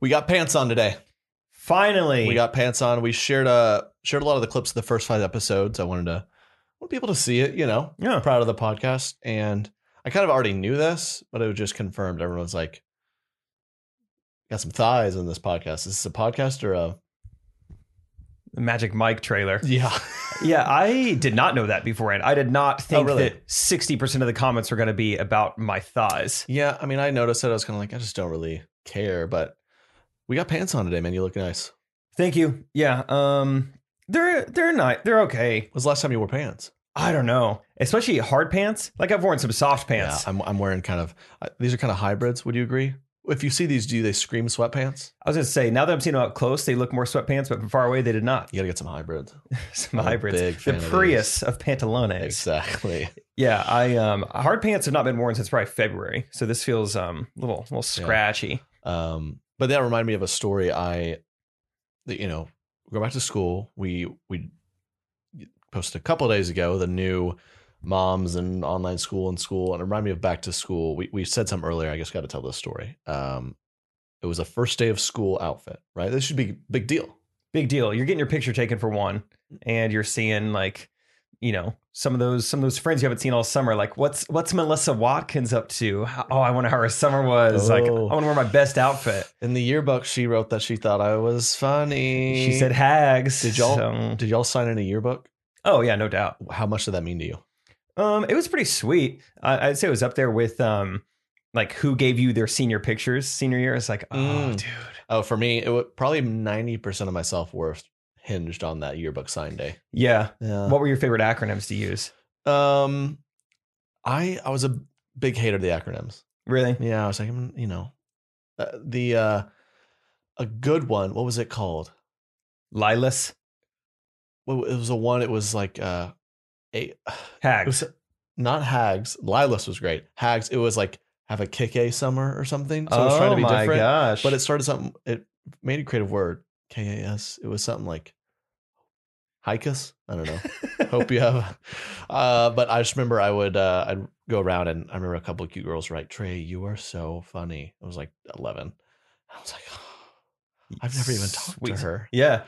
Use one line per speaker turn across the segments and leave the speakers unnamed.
We got pants on today.
Finally,
We got pants on. We shared uh shared a lot of the clips of the first five episodes. I wanted to want people to see it. You know,
yeah.
proud of the podcast, and I kind of already knew this, but it was just confirmed. Everyone's like, got some thighs on this podcast. Is this a podcast or a
The Magic Mike trailer.
yeah?
Yeah, I did not know that beforehand. I did not think
Oh, really?
that sixty percent of the comments were going to be about my thighs.
Yeah, I mean, I noticed it. I was kind of like, I just don't really care, but we got pants on today, man. You look nice.
Thank you. Yeah, um, they're they're not they're okay.
When's the last time you wore pants?
I don't know, especially hard pants. Like I've worn some soft pants.
Yeah, I'm, I'm wearing kind of uh, these are kind of hybrids. Would you agree? If you see these, do they scream sweatpants?
I was going to say now that I'm seeing them up close, they look more sweatpants, but from far away they did not.
You got to get some hybrids.
some
I'm a
hybrids.
big fan
the
of these.
Prius of pantalones.
Exactly.
Yeah, I um hard pants have not been worn since probably February, so this feels um a little a little
Yeah.
scratchy.
Um, but that reminded me of a story. I, that, you know, go back to school. We we posted a couple of days ago the new moms and online school and school, and it reminded me of back to school. We we said some earlier. I guess got to tell this story. Um, it was a first day of school outfit, right? This should be a big deal.
Big deal. You're getting your picture taken for one, and you're seeing like, you know, some of those some of those friends you haven't seen all summer. Like, what's what's Melissa Watkins up to? How- Oh, I wonder how her summer was. Like, I
Oh.
want to wear my best outfit.
In the yearbook, she wrote that she thought I was funny.
She said hags.
Did y'all-
so-
Did y'all sign in a yearbook?
oh yeah, no doubt.
How much did that mean to you?
Um, it was pretty sweet. I, I'd say it was up there with um, like who gave you their senior pictures senior year. It's like, oh,
Mm.
dude.
Oh, for me, it was probably ninety percent of my self worth hinged on that yearbook sign day.
Yeah.
Yeah.
What were your favorite acronyms to use?
um, I I was a big hater of the acronyms.
Really?
Yeah, I was like, mm, you know, uh, the uh, a good one. What was it called?
Lilas
Well, It was a one. It was like uh, a it
Hags.
was not hags. Lilas was great. Hags. It was like have a kick a summer or something. So it was trying to be
Oh my
different.
gosh.
But it started something. It made a creative word. K A S. It was something like hikus. I don't know. Hope you have. Uh, but I just remember I would uh, I'd go around and I remember a couple of cute girls were like Trey, you are so funny. I was like eleven. I was like, "Oh, I've never even talked
Sweet.
to her.
Yeah.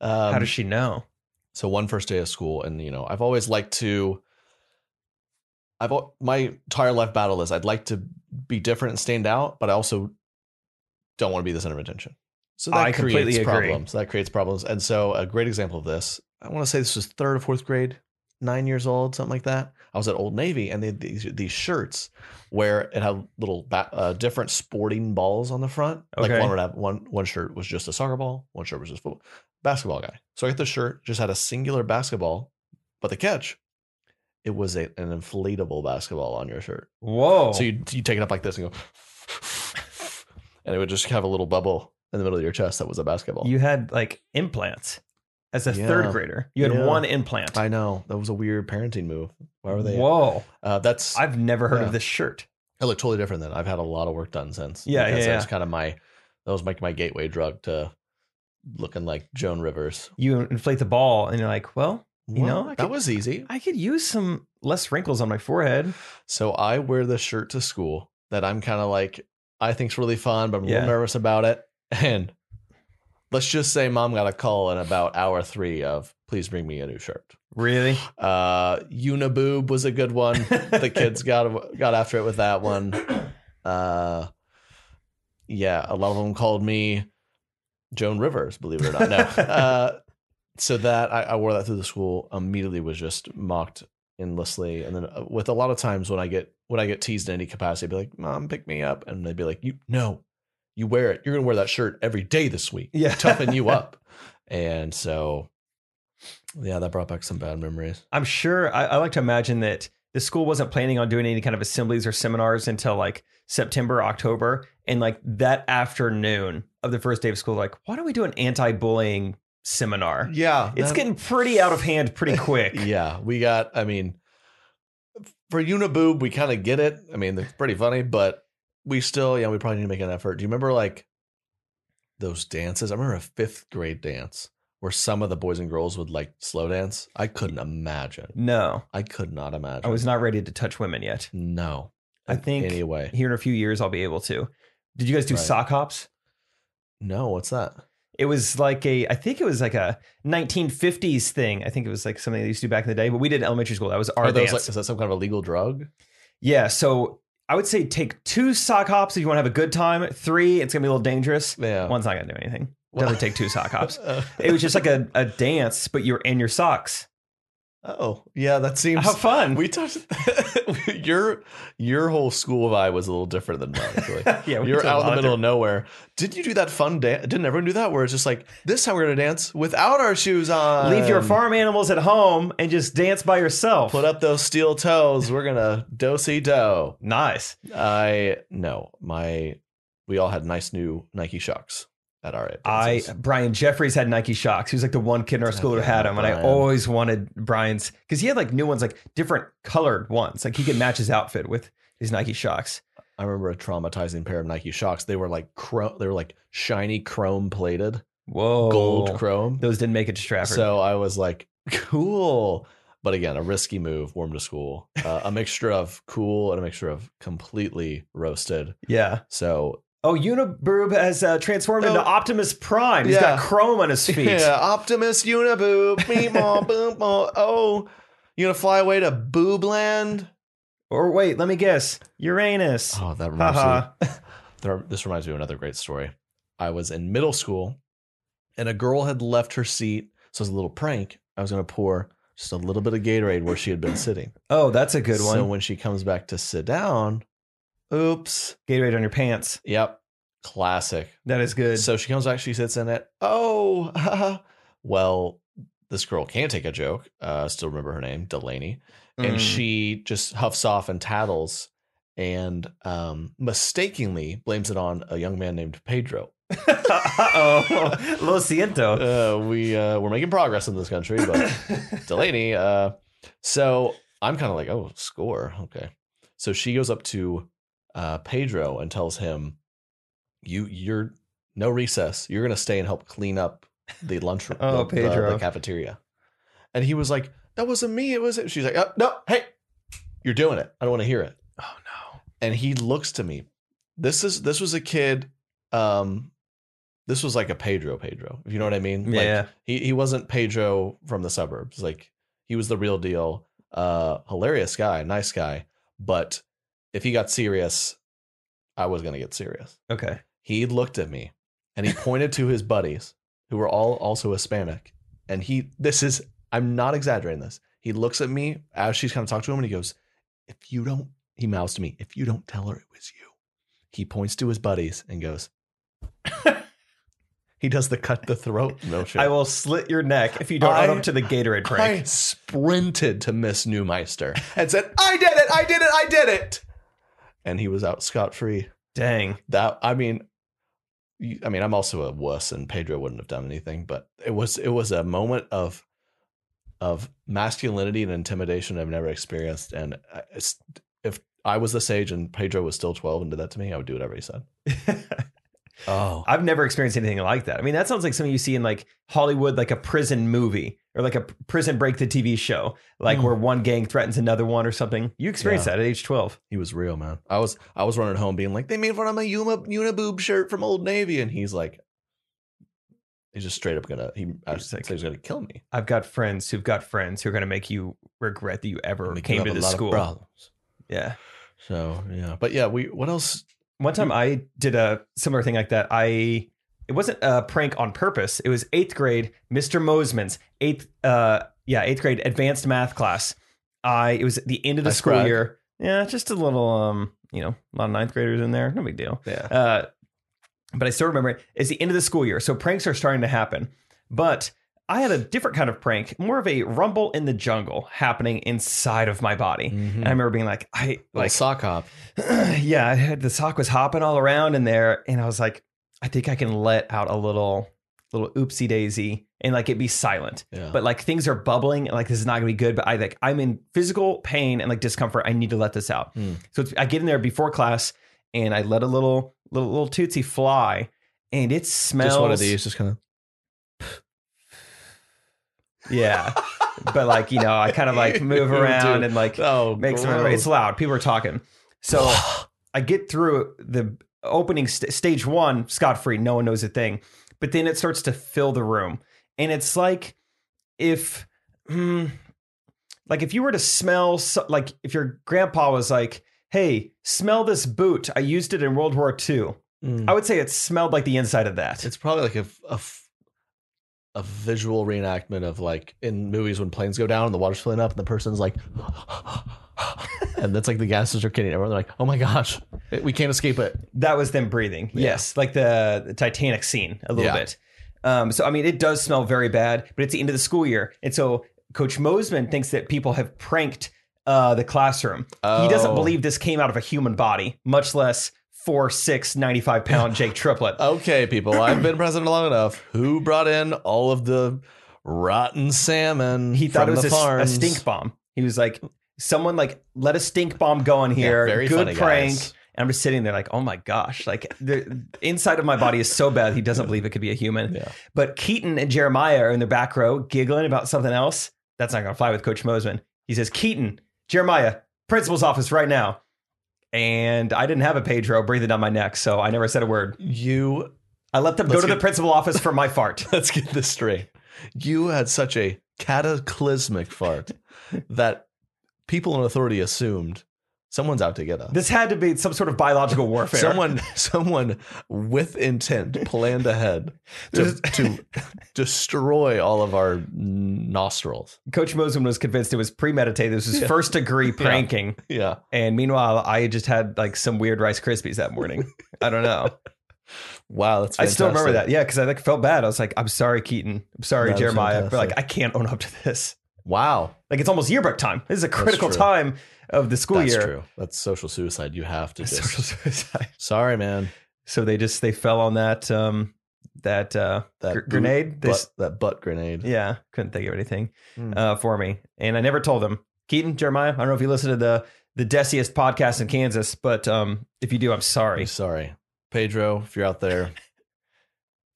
Um,
How does she know?
so one first day of school and you know i've always liked to i've al- my entire life battle is i'd like to be different and stand out but i also don't want to be the center of attention so that
I completely
creates
agree.
problems that creates problems and so a great example of this i want to say this was third or fourth grade nine years old something like that i was at old navy and they had these, these shirts where it had little ba- uh, different sporting balls on the front
Okay.
like one would have one one shirt was just a soccer ball one shirt was just football basketball guy. So I got the shirt, just had a singular basketball, but the catch, it was a, an inflatable basketball on your shirt.
Whoa.
So you you take it up like this and go, and it would just have a little bubble in the middle of your chest that was a basketball.
You had like implants as a
Yeah.
third grader. You had
Yeah.
one implant.
I know that was a weird parenting move. Why were they?
Whoa.
Uh, that's
I've never heard
Yeah.
of this shirt.
I look totally different then. I've had a lot of work done since.
Yeah,
because
yeah,
That was
yeah.
kind of my that was like my gateway drug to looking like Joan Rivers.
You inflate the ball and you're like, well, You know,
Well,
I
that
could-
was easy.
I could use some less wrinkles on my forehead.
So I wear the shirt to school that I'm kind of like, I think's really fun, but I'm a
Yeah.
little nervous about it. And let's just say mom got a call in about hour three of please bring me a new shirt.
Really?
Uh Uniboob was a good one. the kids got got after it with that one. Uh yeah, a lot of them called me Joan Rivers, believe it or not. No. uh so that I, I wore that through the school immediately was just mocked endlessly and then uh, with a lot of times when i get when i get teased in any capacity I'd be like mom pick me up and they'd be like you no you wear it you're gonna wear that shirt every day this week
Yeah.
toughen you up and so yeah that brought back some bad memories
I'm sure I, I like to imagine that the school wasn't planning on doing any kind of assemblies or seminars until like September, October. And like that afternoon of the first day of school, like, why don't we do an anti bullying seminar?
Yeah,
It's
that-
getting pretty out of hand pretty quick.
Yeah, we got. I mean, for Uniboob, we kind of get it. I mean, it's pretty funny, but we still, yeah, we probably need to make an effort. Do you remember like those dances? I remember a fifth grade dance where some of the boys and girls would like slow dance. I couldn't imagine.
No,
I could not imagine.
I was not ready to touch women yet.
no.
I
in
think-
anyway.
Here in a few years, I'll be able to. Did you guys do
Right.
sock hops?
No, what's that?
It was like a, I think it was like a 1950s thing. I think it was like something they used to do back in the day, but we did in elementary school. That was our
Are those
dance.
like is that some kind of illegal drug?
yeah. So I would say take two sock hops if you want to have a good time. Three, it's gonna be a little dangerous.
Yeah.
One's not gonna do anything.
Oh. Well-
Doesn't take two sock hops.
Uh,
It was just like a, a dance, but you're in your socks.
oh, yeah, that seems.
How fun!
we talked. your your whole school vibe was a little different than mine. I feel like.
yeah, we
You're
did a
out in
lot
the
of
middle of nowhere. Did you do that fun dance? Didn't everyone do that? Where it's just like this is how we're gonna dance without our shoes on.
Leave your farm animals at home and just dance by yourself.
Um, Put up those steel toes. We're gonna do si do.
Nice.
I no. My we all had nice new Nike shocks at our.
I
dances.
Brian Jeffries had Nike shocks. He was like the one kid in our school who had them, and I
Brian.
always wanted Brian's because he had like new ones, like different colored ones. Like he could match his outfit with his Nike shocks.
I remember a traumatizing pair of Nike shocks. They were like chrome. They were like shiny chrome plated,
Whoa,
gold chrome.
Oh, Those didn't make it to Stratford.
So I was like, cool. But again, a risky move, warm to school. Uh, a mixture of cool and a mixture of completely roasted.
yeah.
So
Oh, Uniboob has uh, transformed
Oh.
into Optimus Prime. He's
Yeah.
got chrome on his feet.
yeah, Optimus Uniboob, meep maw, boop maw. Oh, you gonna fly away to Boobland?
Or wait, let me guess, Uranus.
Oh, that reminds me.
Haha.
there, this reminds me of another great story. I was in middle school and a girl had left her seat. So it was a little prank. I was going to pour just a little bit of Gatorade where she had been sitting.
Oh, that's a good one.
So when she comes back to sit down, oops.
Gatorade on your pants.
Yep. Classic.
That is good.
So she comes back, she sits in it. Oh, well, this girl can take a joke. Uh, still remember her name, Delaney and
Mm.
she just huffs off and tattles and um, mistakenly blames it on a young man named Pedro.
Uh-oh. Lo siento.
Uh, we uh, we're making progress in this country, but Delaney. Uh, so I'm kind of like, oh, score, okay. So she goes up to uh, Pedro and tells him, "You you're no recess. You're gonna stay and help clean up the lunchroom, the,
Oh,
the-
Pedro.
the cafeteria." And he was like, "That wasn't me. It was." It. She's like, oh, "No, hey, you're doing it. I don't want to hear it."
Oh no.
and he looks to me. This is this was a kid. Um, this was like a Pedro Pedro. If you know what I mean?
yeah.
Like, he he wasn't Pedro from the suburbs. Like he was the real deal. Uh, hilarious guy, nice guy. But if he got serious, I was gonna get serious.
Okay.
He looked at me and he pointed to his buddies who were all also Hispanic. And he, this is, I'm not exaggerating this. He looks at me as she's kind of talking to him and he goes, If you don't, he mouths to me, if you don't tell her it was you, he points to his buddies and goes, He does the cut the throat motion.
I will slit your neck if you don't
I-
own up to the Gatorade
I
prank.
sprinted to Miss Newmeister and said, I did it, I did it, I did it. And he was out scot free.
Dang.
that I mean, you- I mean, I'm also a wuss, and Pedro wouldn't have done anything. But it was it was a moment of of masculinity and intimidation I've never experienced. And I- it's, if I was this age and Pedro was still 12 and did that to me, I would do whatever he said. Oh,
I've never experienced anything like that. I mean, that sounds like something you see in like Hollywood, like a prison movie or like a p- prison break the TV show, like
Mm.
where one gang threatens another one or something. You experienced
Yeah.
that at age 12.
he was real, man. I was I was running home being like, they made fun of my Yuma, Uniboob shirt from Old Navy, and he's like. He's just straight up gonna. He I
He's
was
like-
he's gonna kill me.
I've got friends who've got friends who are going to make you regret that you ever
Make you
came
have
to
a
this
lot of
school.
problems.
Yeah.
So yeah, but yeah, we. What else
One time I did a similar thing like that. I it wasn't a prank on purpose. It was eighth grade, Mr. Mosman's eighth uh yeah, eighth grade advanced math class. I it was at the end of the
Nice
school
brag.
year. Yeah, just a little um, you know, a lot of ninth graders in there. No big deal.
Yeah.
Uh, but I still remember it. It's the end of the school year. So pranks are starting to happen. But I had a different kind of prank, more of a rumble in the jungle happening inside of my body.
Mm.
And I remember being like, I
Like
like
Mm-hmm. sock hop.
yeah, I heard the sock was hopping all around in there, and I was like, I think I can let out a little, little oopsie daisy, and like it be silent.
Yeah.
But like things are bubbling, and like this is not gonna be good. But I like I'm in physical pain and like discomfort. I need to let this out.
Hmm.
So it's, I get in there before class, and I let a little, little, little tootsie fly, and it smells.
just one of these, just kind of
Yeah, but like you know, I kind of like move
You
around
do.
and like
oh,
makes it's loud. People are talking, so. I get through the opening st- stage one scot free, no one knows a thing. But then it starts to fill the room, and it's like if, mm, like if you were to smell, so- like if your grandpa was like, "Hey, smell this boot. I used it in World War II."
Mm.
I would say it smelled like the inside of that.
It's probably like a, f- a f- a visual reenactment of like in movies when planes go down and the water's filling up and the person's like, and that's like the gases are kidding everyone. They're like, oh my gosh, we can't escape it.
That was them breathing.
Yeah.
Yes, like the, the Titanic scene a little
Yeah.
bit. Um, so I mean, it does smell very bad, but it's the end of the school year, and so Coach Mosman thinks that people have pranked uh, the classroom. He doesn't
Oh.
believe this came out of a human body, much less four, six, 95 pound Jake Triplett.
Okay, people, I've been president long enough. Who brought in all of the rotten salmon?
he thought
from
it was
the
a, s- a
farms?
stink bomb. He was like, someone like let a stink bomb go in
Yeah,
here.
very
Good
funny,
prank.
guys.
And I'm just sitting there like, oh my gosh, like the inside of my body is so bad. He doesn't believe it could be a human.
Yeah.
But Keaton and Jeremiah are in the back row giggling about something else. That's not going to fly with Coach Mosman. He says, Keaton, Jeremiah, principal's office right now. And I didn't have a Pedro breathing down my neck, so I never said a word.
You
I let them go
Let's
to
get-
the principal office for my fart.
Let's get this straight. You had such a cataclysmic fart that people in authority assumed someone's out to get us.
This had to be some sort of biological warfare.
Someone, someone with intent planned ahead to,
There's-
to destroy all of our nostrils.
Coach Mosen was convinced it was premeditated. This was
Yeah.
first degree pranking.
Yeah,
And meanwhile, I just had like some weird Rice Krispies that morning. I don't know.
wow, that's.
I still remember that.
fantastic.
Yeah, because I like felt bad. I was like, I'm sorry, Keaton. I'm sorry,
That was
Jeremiah. But like,
fantastic.
I can't own up to this.
Wow,
Like, it's almost yearbook time. This is a critical
true.
time of the school
that's
year.
true. That's social suicide. You have to just.
Social suicide.
Sorry, man.
So they just they fell on that um that uh
That
gr-
boot-
grenade. They
butt, that butt grenade.
Yeah, couldn't think of anything
Mm.
uh, for me, and I never told them. Keaton, Jeremiah, I don't know if you listen to the the Desiest podcast in Kansas, but um, if you do, I'm
I'm
sorry.
sorry, Pedro. If you're out there,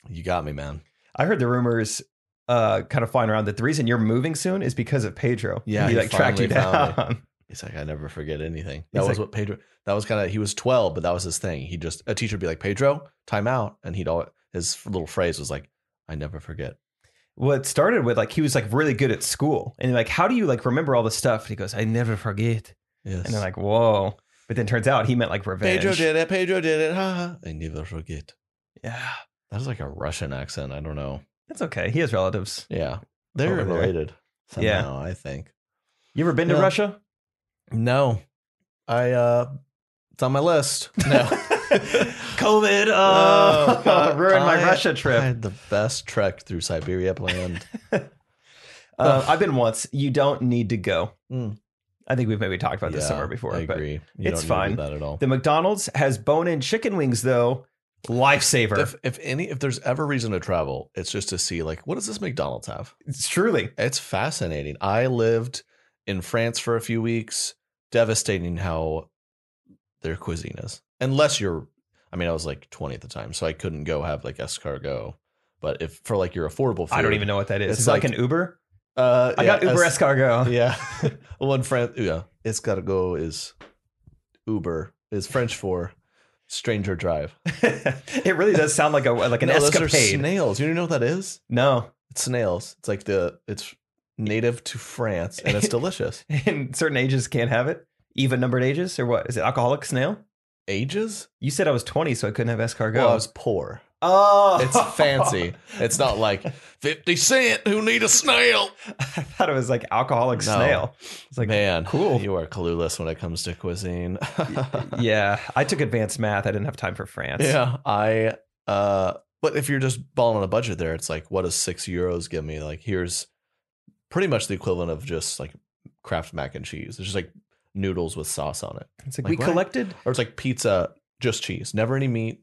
you got me, man.
I heard the rumors uh, kind of flying around that the reason you're moving soon is because of Pedro.
Yeah,
he
he
like tracked you
finally
down.
He's like, I never forget anything. That
He's
was
like-
what Pedro. That was kind of he was twelve, but that was his thing. He just a teacher would be like, Pedro, time out, and he'd always his little phrase was like, I never forget.
Well, it started with like he was like really good at school, and like how do you like remember all this stuff? And he goes, I never forget,
Yes.
and they're like, whoa. But then turns out he meant like revenge.
Pedro did it. Pedro did it. Ha ha. I never forget.
Yeah,
That is like a Russian accent. I don't know.
that's okay. He has relatives.
Yeah, they're
Over there.
related
Yeah.
somehow. I think.
You ever been to
Yeah.
Russia?
No, I. uh It's on my list. No.
COVID uh,
Oh, God.
ruined my
I-
Russia
I
trip.
had the best trek through Siberia planned.
Uh, I've been once. You don't need to go.
Mm.
I think we've maybe talked about this
Yeah,
somewhere before.
I
but
agree. You don't
it's
need to do
fine.
that at all.
The McDonald's has bone-in chicken wings, though. Lifesaver.
If, if any, if there's ever reason to travel, it's just to see like what does this McDonald's have?
it's truly.
It's fascinating. I lived in France for a few weeks. Devastating how their cuisine is. Unless you're, I mean, I was like 20 at the time, so I couldn't go have like escargot. But if for like your affordable food,
I don't even know what that is.
It's
It's, like,
like-
an Uber.
Uh,
I
yeah,
got Uber
es-
escargot.
Yeah, well, in France, yeah, escargot is Uber is French for stranger drive.
it really does sound like a like an
No, those are
escapade.
snails. You know what that is?
no,
It's snails. It's like the it's native to France and it's delicious.
and certain ages can't have it. Even numbered ages, or what is it? Alcoholic snail.
Ages?
You said I was twenty, so I couldn't have escargot.
Well, I was poor.
oh,
It's fancy. It's not like fifty cent. Who need a snail?
I thought it was like alcoholic
No.
snail. It's like
Man,
cool.
You are clueless when it comes to cuisine.
yeah, I took advanced math. I didn't have time for France.
yeah, I. uh But if you're just balling on a budget, there, it's like, what does six euros give me? Like, here's pretty much the equivalent of just like Kraft mac and cheese. It's just like noodles with sauce on it,
it's like,
Like
we
what?
collected.
or it's like pizza, just cheese, never any meat.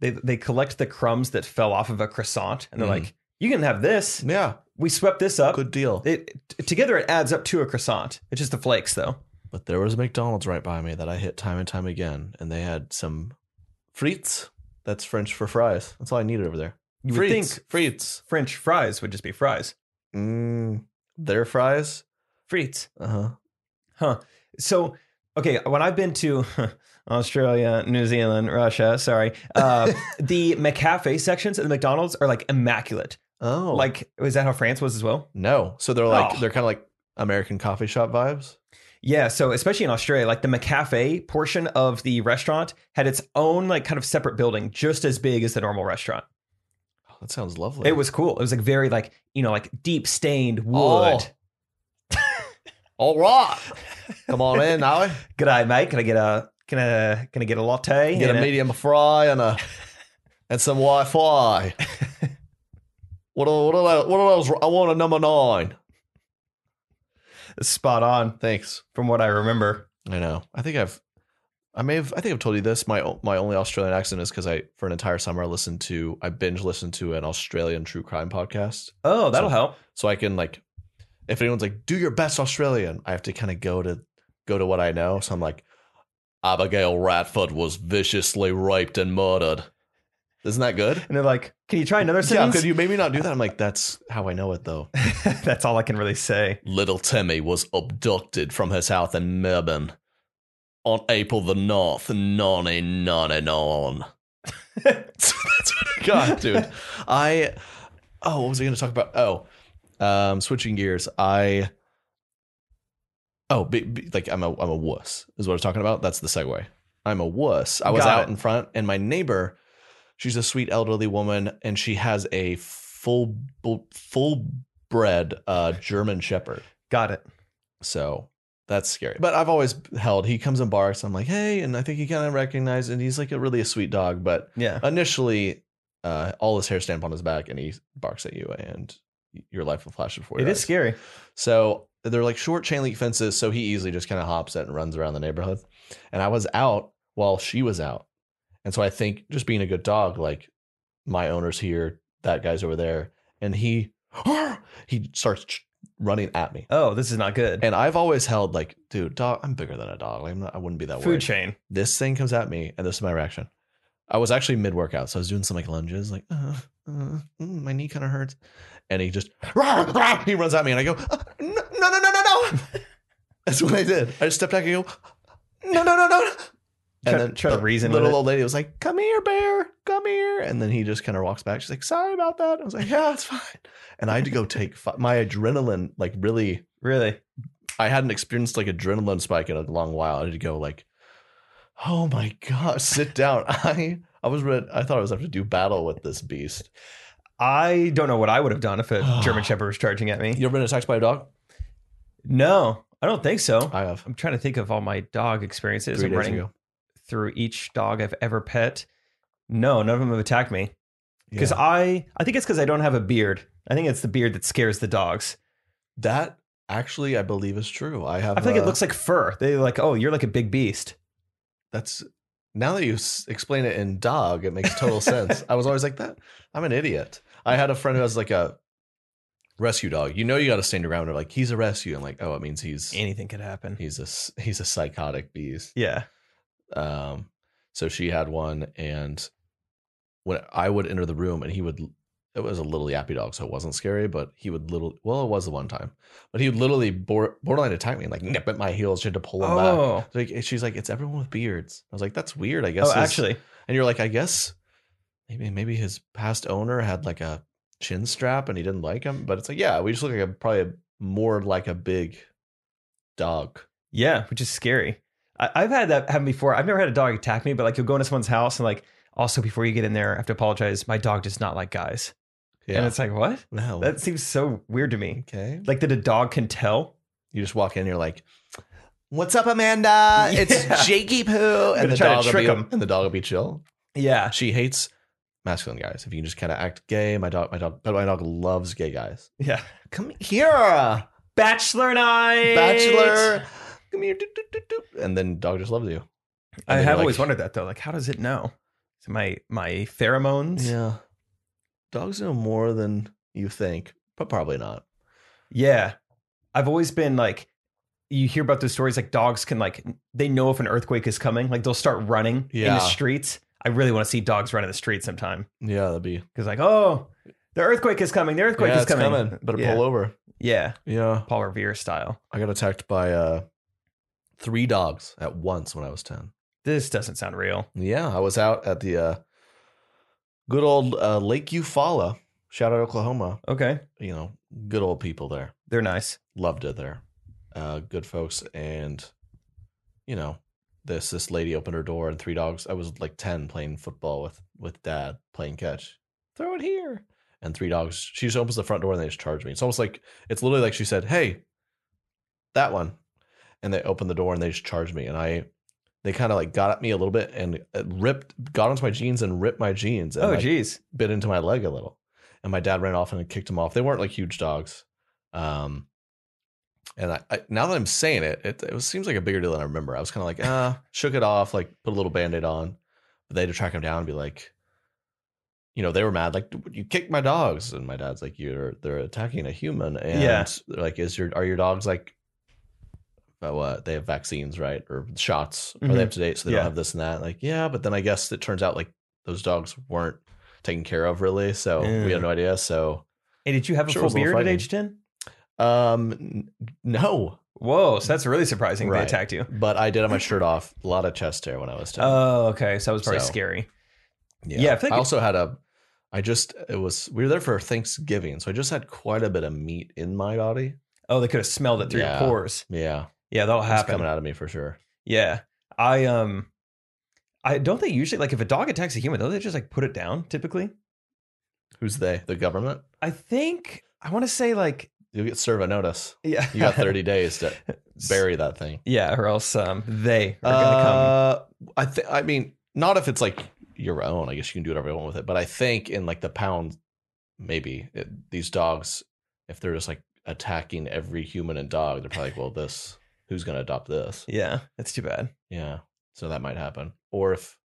They they collect the crumbs that fell off of a croissant, and they're
Mhm.
like, you can have this.
Yeah,
We swept this up.
good deal.
It t- together it adds up to a croissant. It's just the flakes though.
But there was a McDonald's right by me that I hit time and time again, and they had some frites. That's French for fries. That's all I needed over there.
You would
frites,
think
frites.
French fries would just be fries.
Mm, their fries. Uh-huh.
Frites.
Uh huh.
Huh. So okay, when I've been to Australia, New Zealand, Russia, sorry, uh, the McCafe sections at the McDonald's are like immaculate.
Oh, like
Like, is that how France was as well?
no. So they're like
Oh.
they're kind of like American coffee shop vibes.
Yeah, so especially in Australia, like the McCafe portion of the restaurant had its own like kind of separate building, just as big as the normal restaurant.
Oh, that sounds lovely.
It was cool. It was like very like you know like deep stained
Oh.
wood.
all right. Come on in, Howie.
Good G'day, mate. Can I get a can I can I get a latte?
Get
and
a medium fry and a and some Wi-Fi. What are, what are those? What are those? I want a number nine.
Spot on
Thanks.
from what I remember.
I know. I think I've, I may have. I think I've told you this. My o- my only Australian accent is because I for an entire summer I listened to I binge listened to an Australian true crime podcast,
Oh, that'll
So-
help.
so I can like, if anyone's like, do your best Australian, I have to kind of go to go to what I know. So I'm like, Abigail Ratfoot was viciously raped and murdered. Isn't that good?
And they're like, "Can you try another
Yeah,
sentence?"
could you maybe not do that? I'm like, that's how I know it though.
That's all I can really say.
Little Timmy was abducted from his house in Melbourne on April the 9th, 1999. That's what I got, dude. I, oh, what was I going to talk about? Oh, um, switching gears. I, oh, be, be- like I'm a, I'm a wuss, is what I was talking about. That's the segue. I'm a wuss. I was
Got
out
it.
in front, and my neighbor, she's a sweet elderly woman, and she has a full, full bred uh, German Shepherd.
Got it.
So that's scary. But I've always held. He comes and barks. I'm like, hey, and I think he kind of recognized, and he's like a really a sweet dog. But
Yeah.
initially, uh, all his hair stamped on his back, and he barks at you, and your life will flash before
It
your
is
eyes.
scary.
So they're like short chain link fences, so he easily just kind of hops it and runs around the neighborhood. And I was out while she was out, and so I think just being a good dog, like my owner's here, that guy's over there, and he he starts ch- running at me.
Oh, this is not good.
And I've always held like, dude, dog. I'm bigger than a dog. Like, I'm not, I wouldn't be that
Food
worried.
chain.
This thing comes at me, and this is my reaction. I was actually mid workout, so I was doing some like lunges, like uh, uh, mm, my knee kind of hurts, and he just "Rah, rah," he runs at me, and I go, "Uh, no, no, no, no, no, no. That's what I did. I just stepped back and go, no, no, no, no.
Try- try to
the
reason with
Little
it.
old lady was like, "Come here, bear, come here," and then he just kind of walks back. She's like, "Sorry about that." I was like, "Yeah, it's fine." And I had to go take fi- my adrenaline, like really
Really.
I hadn't experienced like adrenaline spike in a long while. I had to go like, oh my god, sit down. I I was read. I thought I was have to do battle with this beast.
I don't know what I would have done if a German Shepherd was charging at me.
You ever been attacked by a dog?
No, I don't think so.
I have.
I'm trying to think of all my dog experiences.
Three
I'm
days
running
ago.
through each dog I've ever pet. No, none of them have attacked me because
Yeah.
I I think it's because I don't have a beard. I think it's the beard that scares the dogs.
that actually I believe is true. I have.
I feel like
uh,
it looks like fur. They're like, oh, you're like a big beast.
That's now that you s- explain it in dog, it makes total sense. I was always like that. I'm an idiot. I had a friend who has like a rescue dog. You know, you got to stand around. They're like, he's a rescue, and like, oh, it means he's
Anything could happen.
he's a s- he's a psychotic beast.
Yeah.
Um, so she had one, and when I would enter the room, and he would, it was a little yappy dog, so it wasn't scary, but he would little, well, it was the one time, but he would literally bor- borderline attack me, and like nip at my heels, she had to pull him back.
Oh.
Like and she's like, it's everyone with beards. I was like, that's weird. I guess.
Oh,
his-"
actually,
and you're like, I guess maybe maybe his past owner had like a chin strap, and he didn't like him. But it's like, yeah, we just look like a probably a, more like a big dog.
yeah, which is scary. I, I've had that happen before. I've never had a dog attack me, but like you'll go into someone's house and like also before you get in there, I have to apologize. My dog does not like guys, and
Yeah.
it's like what?
no.
That seems so weird to me.
okay.
Like that a dog can tell.
You just walk in, you're like, "What's up, Amanda?
Yeah.
It's Jakey Poo,"
gonna
and the
try to
dog will
trick
be,
'em.
and the dog will be chill.
Yeah.
She hates masculine guys. If you can just kind of act gay, my dog, my dog, but my dog loves gay guys.
Yeah.
Come here,
Bachelor night.
bachelor. Come here, doot, doot, doot, doot. and then dog just loves you. And then
I
you're
have
like,
always wondered that though. Like, how does it know? Is it my my pheromones.
Yeah, dogs know more than you think, but probably not.
Yeah. I've always been like, you hear about those stories like dogs can like they know if an earthquake is coming. Like they'll start running in
Yeah.
the streets. I really want to see dogs run in the street sometime
Yeah, that'd be.
because like, oh, the earthquake is coming. The earthquake
yeah,
is
it's
coming.
coming. Better
yeah.
pull over.
Yeah,
Yeah,
Paul Revere style.
I got attacked by uh three dogs at once when I was 10.
This doesn't sound real.
Yeah, I was out at the uh, good old uh, Lake Eufaula, shout out Oklahoma.
Okay.
You know, good old people there.
They're nice.
Loved it there. Uh, good folks. And, you know, this this lady opened her door and three dogs. I was like 10 playing football with, with dad playing catch. Throw it here. And three dogs. She just opens the front door and they just charge me. It's almost like, it's literally like she said, hey, that one. And they opened the door and they just charged me. And I, they kind of like got at me a little bit and uh, ripped, got onto my jeans and ripped my jeans. And
Oh,
like,
geez.
bit into my leg a little. And my dad ran off and kicked him off. They weren't like huge dogs. Um, and I, I now that I'm saying it, it, it was, seems like a bigger deal than I remember. I was kind of like, ah, shook it off, like put a little band aid on. But they had to track him down and be like, you know, they were mad, like, you kicked my dogs. And my dad's like, you're, they're attacking a human. And
Yeah.
they're like, is your, are your dogs like, uh, what? They have vaccines, right? Or shots? Are
Mhm.
they up to date? So they
Yeah.
don't have this and that. Like, yeah. But then I guess it turns out like those dogs weren't taken care of really so we
Yeah.
had no idea so
Hey, did you have a
Sure
full
was a little
beard at
frightening.
age 10?
um n- no
Whoa. So that's really surprising they
Right.
attacked you.
but i did have my shirt off a lot of chest hair when i was 10
Oh, okay. So that was probably
So-
scary. yeah, I feel like-
I also had a i just it was we were there for thanksgiving so i just had quite a bit of meat in my body
Oh, they could have smelled it through
Yeah.
your pores.
yeah
Yeah, that'll
it's
happen.
coming out of me for sure
Yeah. I um I don't they usually like if a dog attacks a human, don't they just like put it down typically?
who's they the government
I think I want to say like
you'll get serve a notice
yeah.
you got 30 days to bury that thing
Yeah, or else um they are gonna come.
Uh, I think. I mean, not if it's like your own. I guess you can do whatever you want with it. But I think in like the pound, maybe it, these dogs, if they're just like attacking every human and dog, they're probably like, well, this who's gonna adopt this?
Yeah, that's too bad.
Yeah, so that might happen. Or if,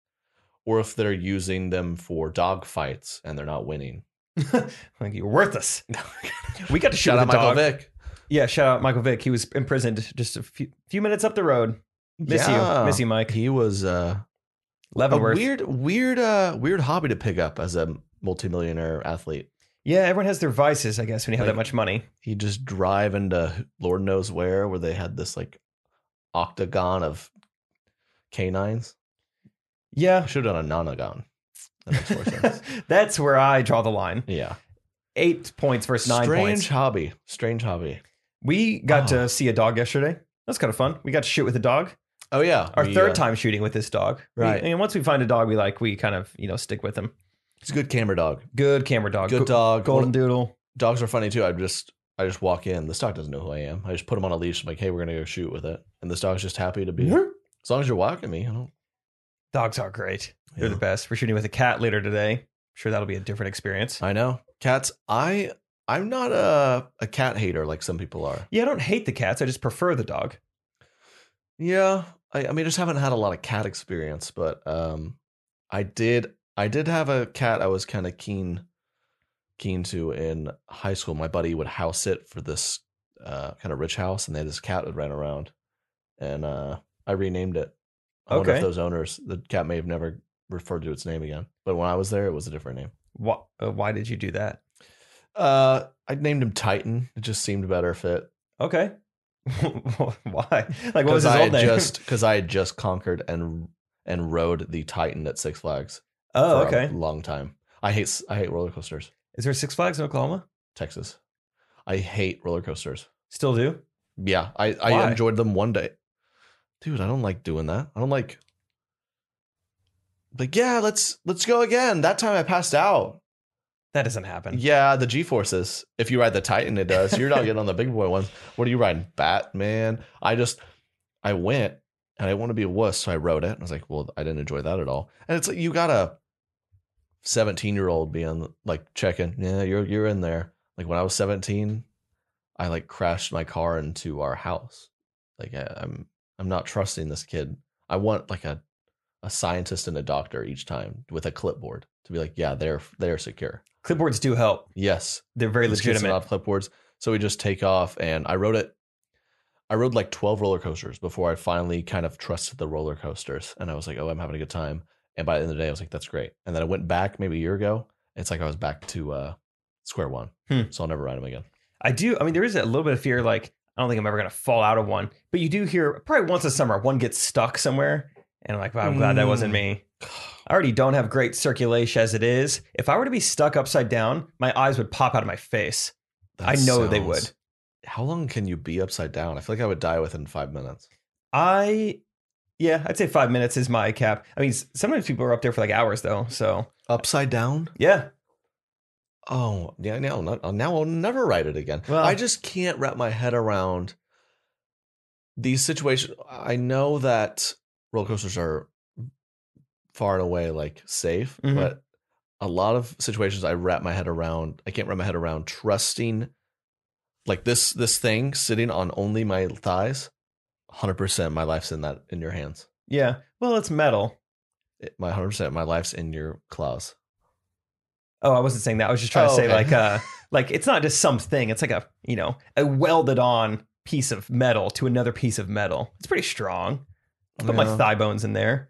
or if they're using them for dog fights and they're not winning.
Like you're worthless. We got to shoot
Shout
with
out
a
Michael
dog.
Vick.
Yeah, shout out Michael Vick. He was imprisoned just a few, few minutes up the road. Miss you, miss you, Mike.
He was uh, a
Leavenworth.
weird, weird, uh, weird hobby to pick up as a multimillionaire athlete.
yeah, everyone has their vices, I guess, when you have
Like-
that much money.
he just drive into Lord knows where, where they had this like octagon of canines. I
Yeah,
should have done a nonagon. That makes more sense.
that's where I draw the line.
Yeah,
Eight points versus nine
strange
points.
hobby. Strange hobby.
We got
Oh.
to see a dog yesterday. That's kind of fun. We got to shoot with a dog.
Oh yeah,
Our
We,
third
uh,
time shooting with this dog. We-
Right.
and once we find a dog we like, we kind of, you know, stick with him.
He's a good camera dog.
Good camera dog.
Good
Go-
dog.
Golden
One-
doodle.
dogs are funny too. I just I just walk in. This dog doesn't know who I am. I just put him on a leash. I'm like, hey, we're gonna go shoot with it. And this dog's just happy to be. As long as you're walking me, I don't.
Dogs are great. They're
Yeah.
the best. We're shooting with a cat later today. I'm sure that'll be a different experience.
I know cats. I I'm not a a cat hater like some people are.
Yeah, I don't hate the cats. I just prefer the dog.
Yeah, I, I mean, I just haven't had a lot of cat experience, but um, I did, I did have a cat. I was kind of keen, keen to in high school. My buddy would house it for this uh, kind of rich house, and they had this cat that ran around, and uh, I renamed it. I wonder if
Okay.
those owners, the cat may have never referred to its name again. But when I was there, it was a different name.
Why, uh, why did you do that?
Uh, I named him Titan. It just seemed a better fit
Okay. why? Like, what
because
was his
I had
old name?
just because I had just conquered and and rode the Titan at Six Flags.
oh,
for
okay.
a long time. I hate s- I hate roller coasters.
Is there Six Flags in Oklahoma?
Texas. I hate roller coasters.
Still do?
Yeah, I
Why?
I enjoyed them one day. Dude, I don't like doing that. I don't like. Like yeah, let's let's go again. That time I passed out.
That doesn't happen.
Yeah, the G forces. If you ride the Titan, it does. You're not getting on the big boy ones. What are you riding, Batman? I just I went and I want to be a wuss, so I rode it. And I was like, well, I didn't enjoy that at all. And it's like you got a 17 year old being like checking, yeah, you're you're in there. Like when I was 17, I like crashed my car into our house. Like I, I'm I'm not trusting this kid. I want like a a scientist and a doctor each time with a clipboard to be like, yeah, they're they're secure.
Clipboards do help.
Yes,
They're very
this kid's
legitimate.
not clipboards. So we just take off, and I rode it. I rode like twelve roller coasters before I finally kind of trusted the roller coasters, and I was like, "Oh, I'm having a good time." And by the end of the day, I was like, "That's great." And then I went back maybe a year ago. and It's like I was back to uh, square one,
Hmm.
so I'll never ride them again.
I do. I mean, there is a little bit of fear. Like, I don't think I'm ever gonna fall out of one. But you do hear probably once a summer one gets stuck somewhere, and I'm like, wow, I'm glad that wasn't me. I already don't have great circulation as it is. If I were to be stuck upside down, my eyes would pop out of my face. I know they would.
How long can you be upside down? I feel like I would die within five minutes.
I, yeah, I'd say five minutes is my cap. I mean, s- sometimes people are up there for like hours though. So
Upside down?
yeah,
Oh, yeah. Now, not- now I'll never write it again.
Well-
I just can't wrap my head around these situations. I know that roller coasters are far and away like safe,
Mhm.
but a lot of situations I wrap my head around. I can't wrap my head around trusting like this this thing sitting on only my thighs. Hundred percent, my life's in that in your hands.
yeah. Well, it's metal.
It- My hundred percent, my life's in your claws.
Oh, I wasn't saying that. I was just trying
Oh,
to say
okay.
like uh like it's not just something. It's like a you know a welded on piece of metal to another piece of metal. It's pretty strong. I put my
Yeah.
thigh bones in there,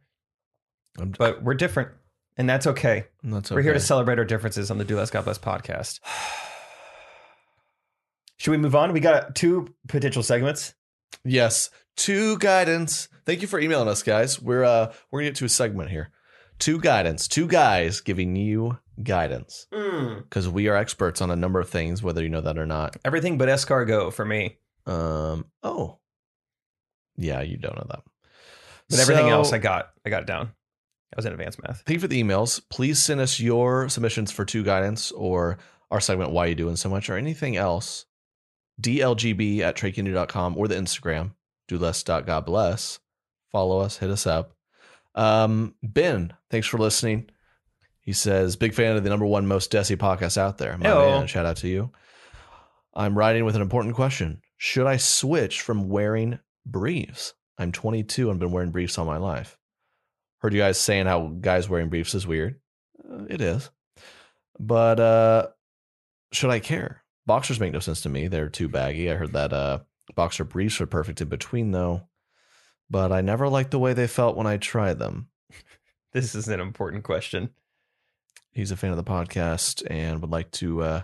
I'm,
but we're different, and that's okay.
that's
We're here to
okay.
celebrate our differences on the Do Less God Bless podcast. Should we move on? We got two potential segments.
Yes. Two guidance. Thank you for emailing us, guys. We're uh we're gonna get to a segment here. Two guidance. Two guys giving you guidance. Because we are experts on a number of things, whether you know that or not.
Everything but escargot for me,
Um oh. Yeah, you don't know that.
but everything
So,
else I got I got it down. I was in advanced math.
Thank you for the emails. Please send us your submissions for two guidance or our segment Why You Doing So Much or anything else. DLGB at trakeanu.com or the Instagram, do less dot God bless. Follow us, hit us up. Um, ben, thanks for listening. He says, big fan of the number one most Desi podcast out there. My
Ayo.
man, shout out to you. I'm writing with an important question. Should I switch from wearing briefs? I'm 22 and been wearing briefs all my life. Heard you guys saying how guys wearing briefs is weird. Uh, it is. But uh, should I care? Boxers make no sense to me. They're too baggy. I heard that uh, boxer briefs are perfect in between, though. But I never liked the way they felt when I tried them.
This is an important question.
He's a fan of the podcast and would like to uh,